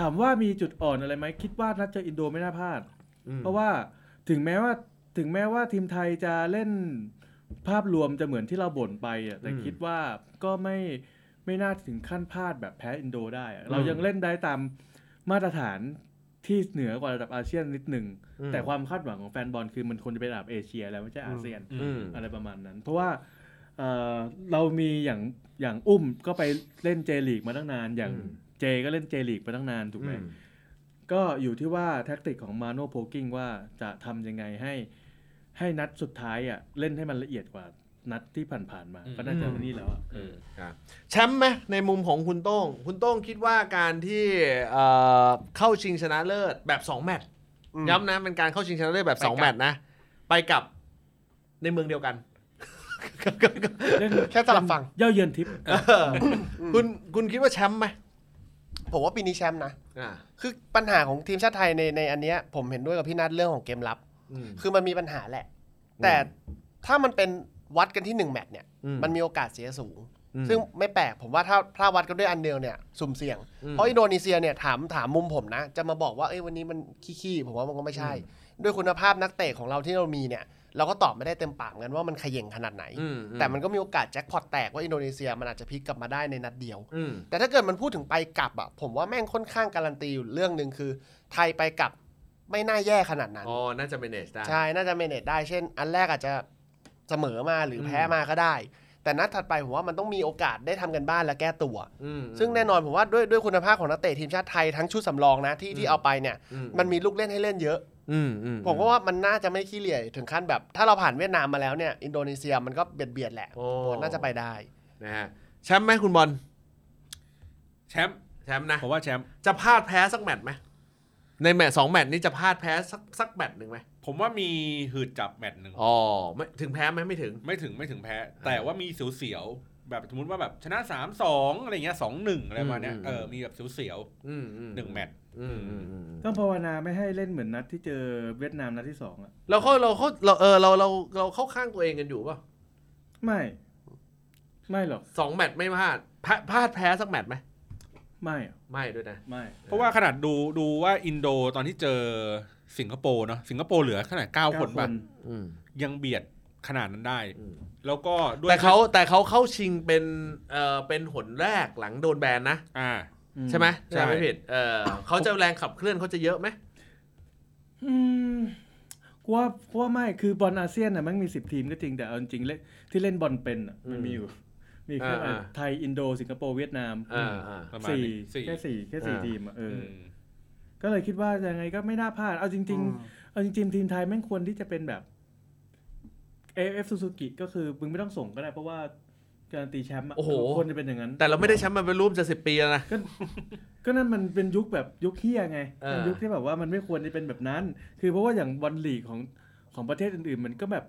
Speaker 4: ถามว่ามีจุดอ่อนอะไรไหมคิดว่านัดเจออินโดไม่น่าพลาด
Speaker 1: อืม
Speaker 4: เพราะว่าถึงแม้ว่าถึงแม้ว่าทีมไทยจะเล่นภาพรวมจะเหมือนที่เราบ่นไปอ่ะแต่คิดว่าก็ไม่ไม่น่าถึงขั้นพลาดแบบแพ้อินโดได้อะเรายังเล่นได้ตามมาตรฐานที่เหนือกว่าระดับอาเซียนนิดหนึ่ง
Speaker 1: อื
Speaker 4: แต่ความคาดหวังของแฟนบอลคือมันควรจะเป็นระดับเอเชียแล้วไม่ใช่อาเซียน
Speaker 1: อืม
Speaker 4: อะไรประมาณนั้น เพราะว่าเอ่อเรามีอย่างอย่างอุ้มก็ไปเล่นเจลีกมาตั้งนาน อย่างเจก็เล่นเจลีกมาตั้งนานถูกไหม ก็อยู่ที่ว่าแท็กติกของมาโน่โพกิ้งว่าจะทำยังไงให้ให้นัดสุดท้ายอ่ะเล่นให้มันละเอียดกว่านัดที่ผ่านๆมา
Speaker 2: อืม
Speaker 4: ก็น่าจะนี่แล้วอะ
Speaker 2: อืม
Speaker 1: แชมป์ไหมในมุมของคุณโต้ง คุณโต้งคิดว่าการที่เอ่อเข้าชิงชนะเลิศแบบสองแมตช์
Speaker 3: อืม
Speaker 1: ย้ำนะเป็นการเข้าชิงชนะเลิศแบบสอง
Speaker 2: ไปกลั
Speaker 1: แม
Speaker 2: บ
Speaker 1: ตช์นะ ไปกับในเมืองเดียวกัน
Speaker 4: เล่น
Speaker 3: แค่สลับฝั่ง
Speaker 4: เย่าเยือนทิป
Speaker 1: เออคุณคุณคิดว่าแชมป์ไหม
Speaker 3: ผมว่าปีนี้แชมป์นะ
Speaker 1: อ่า
Speaker 3: คือปัญหาของทีมชาติไทยในในอันเนี้ยผมเห็นด้วยกับพี่นัทเรื่องของเกมรับ
Speaker 1: อืม
Speaker 3: คือมันมีปัญหาแหละ แต่ถ้ามันเป็นวัดกันที่หนึ่งแมตช์เนี่ย
Speaker 1: อืม
Speaker 3: มันมีโอกาสเสียสูง
Speaker 1: อืม
Speaker 3: ซึ่งไม่แปลกผมว่าถ้าถ้าวัดกันด้วยอันเดียวเนี่ยสุ่มเสี่ยง
Speaker 1: อืม
Speaker 3: เพราะอินโดนีเซียเนี่ยถามถามมุมผมนะ จะมาบอกว่าเอ้ยวันนี้มันขี้ๆผมว่ามันก็ไม่ใช่ ด้วยคุณภาพนักเตะของเราที่เรามีเนี่ย เราก็ตอบไม่ได้เต็มปากเหมือนกันว่ามันเขย่งขนาดไหน
Speaker 1: อืม
Speaker 3: แต่มันก็มีโอกาสแจ็คพอตแตกว่าอินโดนีเซียมันอาจจะพลิกกลับมาได้ในนัดเดียว
Speaker 1: อืม
Speaker 3: แต่ถ้าเกิดมันพูดถึงไปกลับอ่ะผมว่าแม่งค่อนข้างการันตีอยู่เรื่องหนึ่งคือ ไทยไปกลับไม่น่าแย่ขนาดนั้น
Speaker 1: อ๋อ น่าจะ manage ได้
Speaker 3: ใช่ น่าจะเมเนจได้ เช่น อันแรกอาจจะเสมอมาหรืออ
Speaker 1: ม
Speaker 3: แพ้มาก็ได้ แต่นัดถัดไปผมว่ามันต้องมีโอกาสได้ทำกันบ้านและแก้ตัว
Speaker 1: อืม
Speaker 3: ซึ่งแน่นอนผมว่าด้วยด้วยคุณภาพของนักเตะทีมชาติไทยทั้งชุดสำรองนะที่ที่เอาไปเนี่ย
Speaker 1: อื
Speaker 3: มันมีลูกเล่นให้เล่นเยอะ
Speaker 1: อืมอื
Speaker 3: ผมก็ว่ามันน่าจะไม่ขี้เหร่ถึงขั้นแบบ ถ้าเราผ่านเวียดนามมาแล้วเนี่ยอินโดนีเซียมันก็เบียดเบียดๆแหละ
Speaker 1: โอ้
Speaker 3: ผมว่าน่าจะไปได้
Speaker 1: นะฮะแชมป์ไหมคุณบอล
Speaker 2: แชมป์
Speaker 1: แชมป์นะ
Speaker 2: ผมว่าแชมป์
Speaker 1: จะพลาดแพ้สักแมตช์ไหมในแมตช์สองแมตช์นี้จะพลาดแพ้สักสักแมตช์หนึ่งไหม
Speaker 2: ผมว่ามีหืดจับแมตช์หนึ่ง
Speaker 1: อ๋อไม่ถึงแพ้ไหมไม่ถึง
Speaker 2: ไม่ถึงไม่ถึงแพ้ แต่ว่ามีเสียวๆแบบสมมติว่าแบบชนะสามสองอะไรเงี้ยสองหนึ่งอะไรประมาณเนี้ย
Speaker 1: อืม
Speaker 2: เออมีแบบเสียว
Speaker 1: อืมอืม
Speaker 2: ๆหนึ่งแมตช์
Speaker 1: อืมอืมอืม
Speaker 4: ต้องภาวนาไม่ให้เล่นเหมือนนัดที่เจอเวียดนามนัดที่สองอ่ะ
Speaker 1: เราเข้าเราเข้าเราเออเราเราเราเข้าข้างตัวเองกันอยู่เปล่ะ
Speaker 4: ไม่ ไม่หรอก
Speaker 1: สองแมตช์ไม่พลาดพลาดพลาดแพ้สักแมตช์ไหม
Speaker 4: ไม่อะ
Speaker 1: ไม่ด้วยนะ
Speaker 4: ไม่
Speaker 2: เพราะว่าขนาดดูดูว่าอินโดตอนที่เจอสิงคโปร์เนาะสิงคโปร์เหลือขนาดเก้าคนบัต
Speaker 1: อืม
Speaker 2: ยังเบียดขนาดนั้นได้
Speaker 1: อืม
Speaker 2: แล้วก็ด้วย
Speaker 1: แต่เขาแต่เขาเข้าชิงเป็นเอ่อเป็นหนแรกหลังโดนแบนนะ
Speaker 2: อ่า
Speaker 1: ใช่ไหม
Speaker 2: ใช่
Speaker 1: ใช่ไม่ผิดเออเขาจะแรงขับเคลื่อนเขาจะเยอะไหม
Speaker 4: อืมกูว่ากูว่าไม่คือบอลอาเซียนน่ะมันมีสิบทีมก็จริงแต่เอาจริงๆเล่นที่เล่นบอลเป็นอ่ะมันมีอยู่ มีแค่
Speaker 1: อ่า
Speaker 4: ไทยอินโดสิงคโปร์เวียดนาม
Speaker 1: อ่าอ่า
Speaker 2: ประมาณ
Speaker 4: สี่
Speaker 2: นี้สี่
Speaker 4: แค่สี่แค่สี่
Speaker 1: อ่า
Speaker 4: ทีมอะเอ
Speaker 2: อื
Speaker 4: ออ
Speaker 2: ม
Speaker 4: ก็เลยคิดว่ายังไงก็ไม่น่าพลาด เอาจริง
Speaker 3: อืม
Speaker 4: ๆ เอาจริงๆ ทีมไทยแม่งควรที่จะเป็นแบบ AF Suzuki ก็คือมึงไม่ต้องส่งก็ได้เพราะว่าการันตีแชมป์ะ
Speaker 1: โอ้โห
Speaker 4: ควรจะเป็นอย่างนั้น
Speaker 1: แต่เราไม่ได้แชมป์มาเป็นรูปจะสิบปีแล้วนะ
Speaker 4: ก็นั่นมันเป็นยุคแบบยุคเฮียไง
Speaker 1: เออ
Speaker 4: เป็นยุคที่แบบว่ามันไม่ควรจะเป็นแบบนั้น คือเพราะว่าอย่างบอลลีกของของประเทศอื่นๆ มันก็แบบ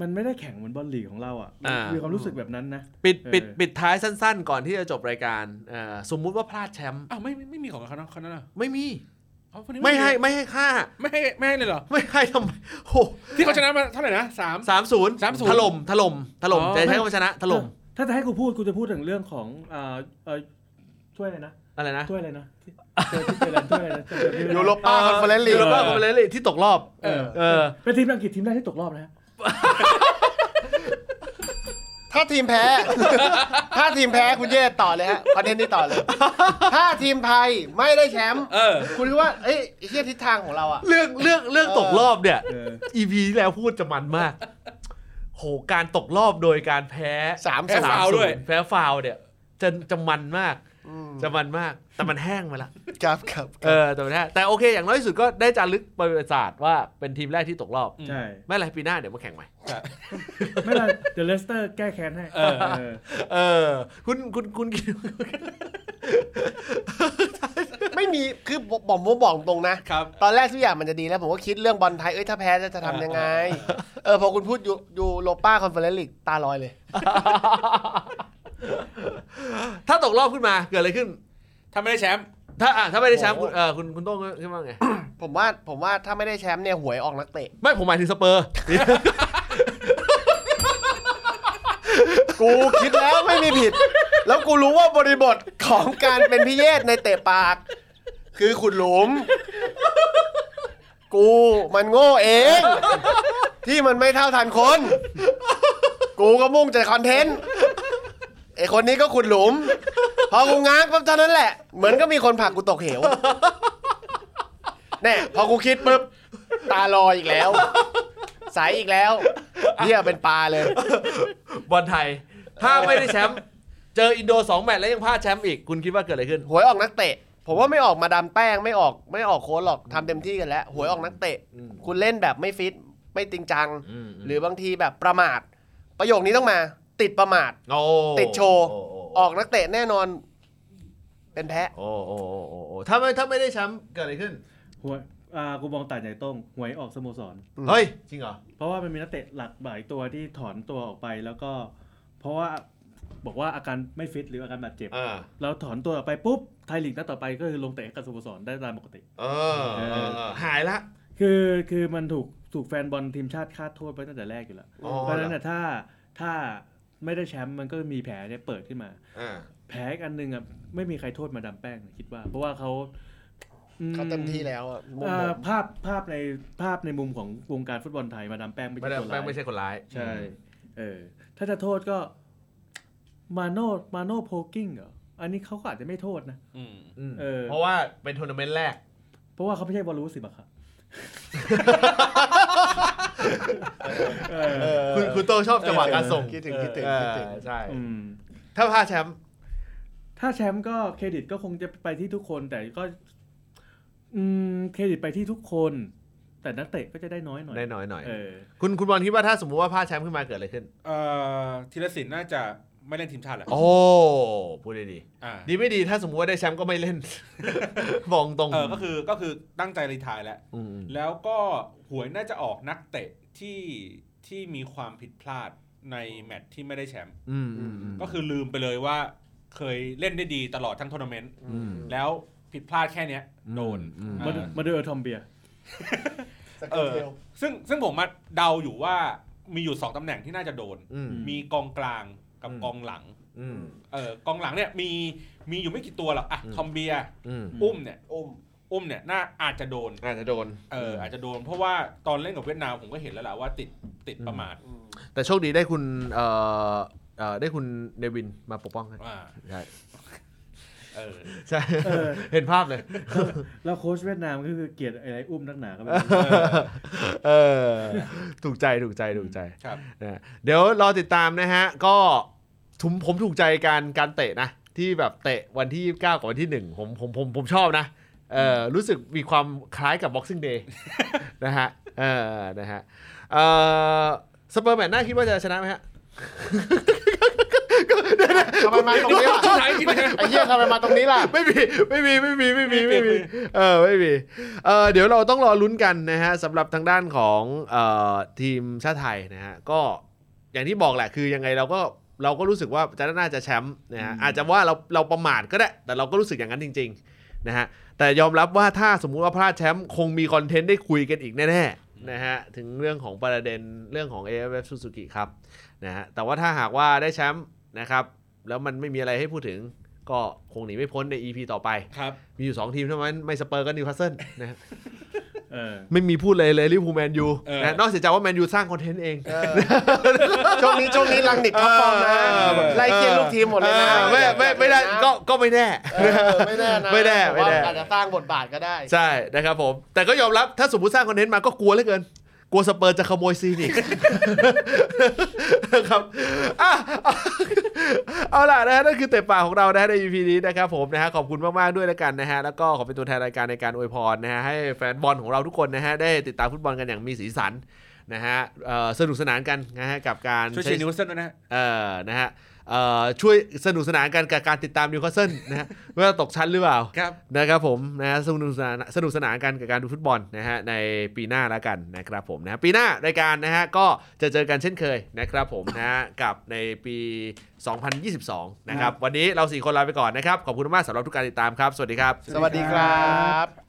Speaker 4: มันไม่ได้แข่งเหมือนบอลลีกของเราอ่ะมันมีความรู้สึกแบบนั้นนะ
Speaker 1: ปิด
Speaker 4: เออ
Speaker 1: ปิดปิดท้ายสั้นๆ ก่อนที่จะจบรายการเอ่อสมมุติว่าพลาดแชมป์
Speaker 2: อ้าวไม่ไม่ไม่มีของเขาเนาะเขาเนาะ
Speaker 1: ไม่มี
Speaker 2: เอาคนนี้
Speaker 1: ไม่ให้ไม่ให้ค่า
Speaker 2: ไม่ให้ไม่ให้เลยเหรอ
Speaker 1: ไม่ให้ทำไมโอ้
Speaker 2: ที่เขาชนะมาเท่าไหร่นะสาม
Speaker 1: สามศูนย์
Speaker 2: 30
Speaker 1: ถล่มถล่มถล่ม
Speaker 2: อ๋อ
Speaker 1: จะใช้คำว่าชนะถล่ม
Speaker 4: ถ้าจะให้กูพูดกูจะพูดถึงเรื่องของเอ่อเอ่อถ้วยอะไรนะ
Speaker 1: อะไรนะ
Speaker 4: ถ้วยอะไรนะที่เจอที่เจอแลนด์ถ้วยอะไรนะเจอเจอที่เจอแลนด์
Speaker 3: ยูโรป้าคอนเฟอเรนซ์ลีก
Speaker 1: ยูโรป้าคอนเฟอเรนซ์ลีกที่ตกรอบ
Speaker 4: เออ
Speaker 1: เออ
Speaker 4: เป็นทีมอังกฤษทีมแรกที่ตกรอบนะฮะ
Speaker 3: ถ้าทีมแพ้ ถ้าทีมแพ้คุณเย่ต่อเลยฮะคอนเทนต์นี้ต่อเลย ถ้าทีมไทยไม่ได้แชมป์
Speaker 2: เออ
Speaker 3: คุณคิดว่าเอ้ยไอ้เชี่ยทิศทางของเราอ่ะ
Speaker 1: เรื่องเรื่องเรื่อง
Speaker 3: เออ
Speaker 1: ตกรอบเนี่ย
Speaker 4: เออ
Speaker 1: EP ที่แล้วพูดจะมันมาก โหการตกรอบโดยการแพ้
Speaker 3: สาม
Speaker 2: แพ้
Speaker 3: สาม
Speaker 2: ฟาวล์ด้วย
Speaker 1: แพ้ฟาวล์เนี่ยจะจะมันมาก จะมันมาก แต่มันแห้งไปละ
Speaker 3: ครับครับ
Speaker 1: เออแต่มันแห้งแต่โอเค อย่างน้อยที่สุดก็ได้จารึกประวัติศาสตร์ว่าเป็นทีมแรกที่ตกรอบ
Speaker 2: อืม
Speaker 4: ใช่
Speaker 1: ไม่เป็นไรปีหน้าเดี๋ยวมาแข่งใหม่
Speaker 4: ไม่เป็นไรเดี๋ยวเลสเตอร์แก้แค้นให้
Speaker 2: เออ
Speaker 4: เออ
Speaker 1: เออ คุณคุณคุณคิด
Speaker 3: ไม่มีคือผมผมผมบอกตรงนะ
Speaker 2: ครับ
Speaker 3: ตอนแรกทุกอย่างมันจะดีแล้ว ผมก็คิดเรื่องบอลไทย เอ้ยถ้าแพ้จะจะทำยังไง เออพอคุณพูดยูยูโรป้าคอนเฟอเรนซ์ลีกตาลอยเลย
Speaker 1: ถ้าตกรอบขึ้นมาเกิดอะไรขึ้น
Speaker 2: ถ้าไม่ได้แชมป์
Speaker 1: ถ้าอ่ะถ้าไม่ได้แชมป์
Speaker 3: โอ้
Speaker 1: คุณ
Speaker 3: โห
Speaker 1: เออคุณคุณโต้งขึ้นว่าไง
Speaker 3: ผมว่าผมว่าถ้าไม่ได้แชมป์เนี่ยหวยออกนักเตะ
Speaker 1: ไม่ผมหมายถึงสเปอร์
Speaker 3: กูคิดแล้วไม่มีผิด แล้วกูรู้ว่าบริบทของการเป็นพิเยศในเตะปาก คือขุดหลุม กูมันโง่เอง ที่มันไม่เท่าทันคน กูก็มุ่งแต่คอนเทนต์ไอคนนี้ก็ขุดหลุม พอกูง้างปั๊บเท่านั้นแหละ เหมือนก็มีคนผลักกูตกเหวแน่พอกูคิดปุ๊บตาลอยอีกแล้ว ใสอีกแล้วเหี้ยเป็นปลาเลย
Speaker 1: บอลไทย ถ้าไม่ได้แชมป์เจออินโดสองแมตช์แล้วยังพลาดแชมป์อีก คุณคิดว่าเกิดอะไรขึ้น
Speaker 3: หวยออกนักเตะ ผมว่าไม่ออกมาดามแป้งไม่ออกไม่ออกโค้ชหรอกทำเต็มที่กันแล้ว หวยออกนักเตะ
Speaker 1: อืม
Speaker 3: คุณเล่นแบบไม่ฟิต ไม่จริงจัง
Speaker 1: อืม
Speaker 3: หรือบางทีแบบประมาท ประโยคนี้ต้องมา ติดประมาท
Speaker 1: โอ้
Speaker 3: ติดโชว์
Speaker 1: โ
Speaker 3: ออกนักเตะแน่นอน เป็นแพ้
Speaker 1: โอ้โอ้โอ้โอ้โอ้ถ้าไม่ถ้าไม่ได้แชมป์เกิดอะไรขึ้น
Speaker 4: หวยอ่ากูมองต่างใหญ่ต้งหวยออกสโมสร
Speaker 1: เฮ้ย จริงเหรอ
Speaker 4: เพราะว่ามันมีนักเตะหลักหลายตัวที่ถอนตัวออกไปแล้วก็ เพราะว่าบอกว่าอาการไม่ฟิตหรืออาการบาดเจ็บ
Speaker 1: อ่า
Speaker 4: แล้วถอนตัวออกไปปุ๊บไทยลีกนัดต่อไปก็คือลงเตะกับสโมสรได้ตามปกติ
Speaker 1: เออเออเออหายละ
Speaker 4: คือคือมันถูกถูกแฟนบอลทีมชาติคาดโทษไปตั้งแต่แรกอยู่แล้ว
Speaker 1: อ๋อ
Speaker 4: เพราะฉะนั้นน่ะถ้าถ้าไม่ได้แชมป์มันก็มีแผลเนี่ยเปิดขึ้นมา
Speaker 1: อ่า
Speaker 4: แผลอีกอันหนึ่งอ่ะไม่มีใครโทษมาดามแป้งนะคิดว่า เพราะว่าเขาอื
Speaker 3: เขาเต็มที่แล้วอะมุม
Speaker 4: อ่า
Speaker 3: ผม
Speaker 4: ภาพภาพในภาพในมุมของวงการฟุตบอลไทยมาดามแป้งไม่
Speaker 1: ไม่
Speaker 4: ใช่
Speaker 1: ได้
Speaker 4: ตัว
Speaker 1: แป้
Speaker 4: ร้าง ย
Speaker 1: ไม่ใช่คนร้าย
Speaker 4: ใช่ เออ ถ้าจะโทษก็มาโนมาโนโพกิ้งเหรอ อันนี้เขาก็อาจจะไม่โทษนะ
Speaker 2: อืม
Speaker 1: อืม
Speaker 4: เออ
Speaker 1: เพราะว่าเป็นทัวร์นาเมนต์แรก
Speaker 4: เพราะว่าเขาไม่ใช่บอลลูสิบอะครับเอ
Speaker 3: เอ
Speaker 4: อ
Speaker 3: อ
Speaker 1: คุณคุณโตชอบจังหวะการส่ง
Speaker 3: คิดถึงคิดถึง
Speaker 1: เอ
Speaker 3: คิดถึง
Speaker 1: อใช่
Speaker 4: อืม
Speaker 1: ถ้าพลาดแชมป์
Speaker 4: ถ้าแชมป์ก็เครดิตก็คงจะไปที่ทุกคน แต่ก็ อืม เครดิตไปที่ทุกคน แต่นักเตะก็จะได้น้อยหน่อย
Speaker 1: ได้น้อยหน่อย
Speaker 4: เออ
Speaker 1: คุณคุณบอลคิดว่าถ้าสมมุติว่าพลาดแชมป์ขึ้นมาเกิดอะไรขึ้น
Speaker 2: เอ่อธีรศิลป์น่าจะไม่เล่นทีมชาติแหละ
Speaker 1: โอ้พูดได้ดี
Speaker 2: อ่า
Speaker 1: ดีไม่ดีถ้าสมมติว่าได้แชมป์ก็ไม่ เล่น บอกตรง
Speaker 2: เออก็คือก็คือตั้งใจรีไทายแล้ว
Speaker 1: ม
Speaker 2: แล้วก็หวยน่าจะออกนักเตะที่ที่มีความผิดพลาดในแมตช์ที่ไม่ได้แชมป์
Speaker 1: อืมอืมอืม
Speaker 2: ก็คือลืมไปเลยว่าเคยเล่นได้ดีตลอดทั้งทัวร์นาเมนต์
Speaker 1: ม
Speaker 2: แล้วผิดพลาดแค่เนี้ย โดน
Speaker 1: อืม
Speaker 4: มาดูมาดูเออร์ทอมเบีย
Speaker 2: เออ ซึ่งซึ่งผมมาเดาอยู่ว่ามีอยู่สองตำแหน่งที่น่าจะโดน
Speaker 1: อืม
Speaker 2: มีกองกลางกับ
Speaker 1: อืม
Speaker 2: กองหลัง
Speaker 1: อืม
Speaker 2: เออกองหลังเนี่ยมีมีอยู่ไม่กี่ตัวหรอกอะ
Speaker 1: อืม
Speaker 2: ทอมเบียร์
Speaker 1: อืม
Speaker 4: ม
Speaker 2: อุ้มเนี่ย
Speaker 3: อุ้ม
Speaker 2: อุ้มเนี่ยน่าอาจจะโดน
Speaker 1: อาจจะโดน
Speaker 2: เอออาจจะโดนเพราะว่าตอนเล่นกับเวียดนามผมก็เห็นแล้วล่ะว่าติดติดประมาท
Speaker 3: อืม
Speaker 1: แต่โชคดีได้คุณเอ่อเอ่อได้คุณเนวินมาปกป้องให้
Speaker 2: อ่า
Speaker 1: ใช่
Speaker 2: เออ
Speaker 1: ใช่
Speaker 4: เออ
Speaker 1: เห็นภาพเลย
Speaker 4: แล้วโค้ชเวียดนามก็คือเกลียดอะไรอุ้มนักหนาก็ไม่รู้
Speaker 2: เออ
Speaker 1: เออ ถูกใจถูกใจถูกใจ
Speaker 2: ครับ
Speaker 1: นะเดี๋ยวรอติดตามนะฮะ ก็ ผมผมถูกใจการการเตะนะ ที่แบบเตะวันที่ 29 กับวันที่ 1 ผมผมผมผมชอบนะเออรู้สึกมีความคล้ายกับ Boxing Day นะฮะเออนะฮะเออสเปอร์แมนน่าคิดว่าจะชนะไหมฮ ะ
Speaker 3: ทำไมมาตรงนี้ล่ะ
Speaker 2: สุดท้ายจริงๆนะ
Speaker 3: ไอ้เหี้ยทำไมมาตรงนี้ล่ะ
Speaker 1: ไม่มีไม่มีไม่มีไม่มี
Speaker 2: ไม่
Speaker 1: ไม่
Speaker 2: มี
Speaker 1: มีเออไม่มีเออเดี๋ยวเราต้องรอลุ้นกันนะฮะสำหรับทางด้านของเอ่อทีมชาติไทยนะฮะก็อย่างที่บอกแหละคือยังไงเราก็เราก็รู้สึกว่าจะน่าจะแชมป์นะฮะอาจจะว่าเราเราประมาทก็ได้ แต่เราก็รู้สึกอย่างนั้นจริงๆนะฮะแต่ยอมรับว่าถ้าสมมุติว่าพลาดแชมป์คงมีคอนเทนต์ได้คุยกันอีกแน่ๆนะฮะถึงเรื่องของประเด็นเรื่องของ AFF Suzuki ครับนะฮะแต่ว่าถ้าหากว่าได้แชมป์นะครับแล้วมันไม่มีอะไรให้พูดถึง ก็คงหนีไม่พ้นใน EP ต่อไป
Speaker 2: ครับ
Speaker 1: มีอยู่ 2 ทีมเท่านั้นไม่สเปอร์ก็นิวคาสเซิลนะฮะ
Speaker 4: เออ
Speaker 1: ไม่มีพูดเลยเลยลิเวอร์พูลแมนยู
Speaker 2: เออ
Speaker 1: นะนอกเสียจากว่าแมนยูสร้างคอนเทนต์เอง
Speaker 3: เออ ช่วงนี้ช่วงนี้ลังนิดท็อปฟอร์มนะ
Speaker 1: เออ
Speaker 3: ไล่เคียร์ลูกทีมหมดเลยนะ
Speaker 1: เออไม่ไม่ไม่ได้ก็ก็ไม่แน่
Speaker 3: เออไม่แน่นะ
Speaker 1: ไม่แน่ไม่แน่
Speaker 3: แต่ว่าอาจจะสร้างบทบาทก็ได้
Speaker 1: ใช่นะครับผม แต่ก็ยอมรับถ้าสมมติสร้างคอนเทนต์มาก็กลัวเหลือเกิน กลัวสเปอร์จะขโมยซีนอีก นะครับอ่ะเอาล่ะนะฮะนั่นคือเตะป่ากของเรานะฮะใน EP นี้นะครับผมนะฮะขอบคุณมาก ๆ ด้วยแล้วกันนะฮะแล้วก็ขอเป็นตัวแทนรายการในการอวยพรนะฮะให้แฟนบอลของเราทุกคนนะฮะได้ติดตามฟุตบอลกันอย่างมีสีสันนะฮะเอ่อสนุกสนานกันนะฮะกับการ
Speaker 2: ช่วยเชียร์นิวคาสเซิลด้วยนะ
Speaker 1: เออนะฮะเอ่อช่วยสนุกสนานกันกับการติดตามนิวคาสเซิลนะฮะ ว่าตกชั้นหรือเปล่า
Speaker 2: ครับ
Speaker 1: นะครับผมนะฮะสนุกสนานสนุกสนานกันกับการดูฟุตบอลนะฮะในปีหน้าแล้วกันนะครับผมนะฮะปีหน้ารายการนะฮะก็จะเจอกันเช่นเคยนะครับผมนะฮะกับในปี 2022 นะครับ วันนี้เราสี่คนลาไปก่อนนะครับ ขอบคุณมากสำหรับทุกการติดตามครับ สวัสดีครับ
Speaker 3: สวัสดีครับ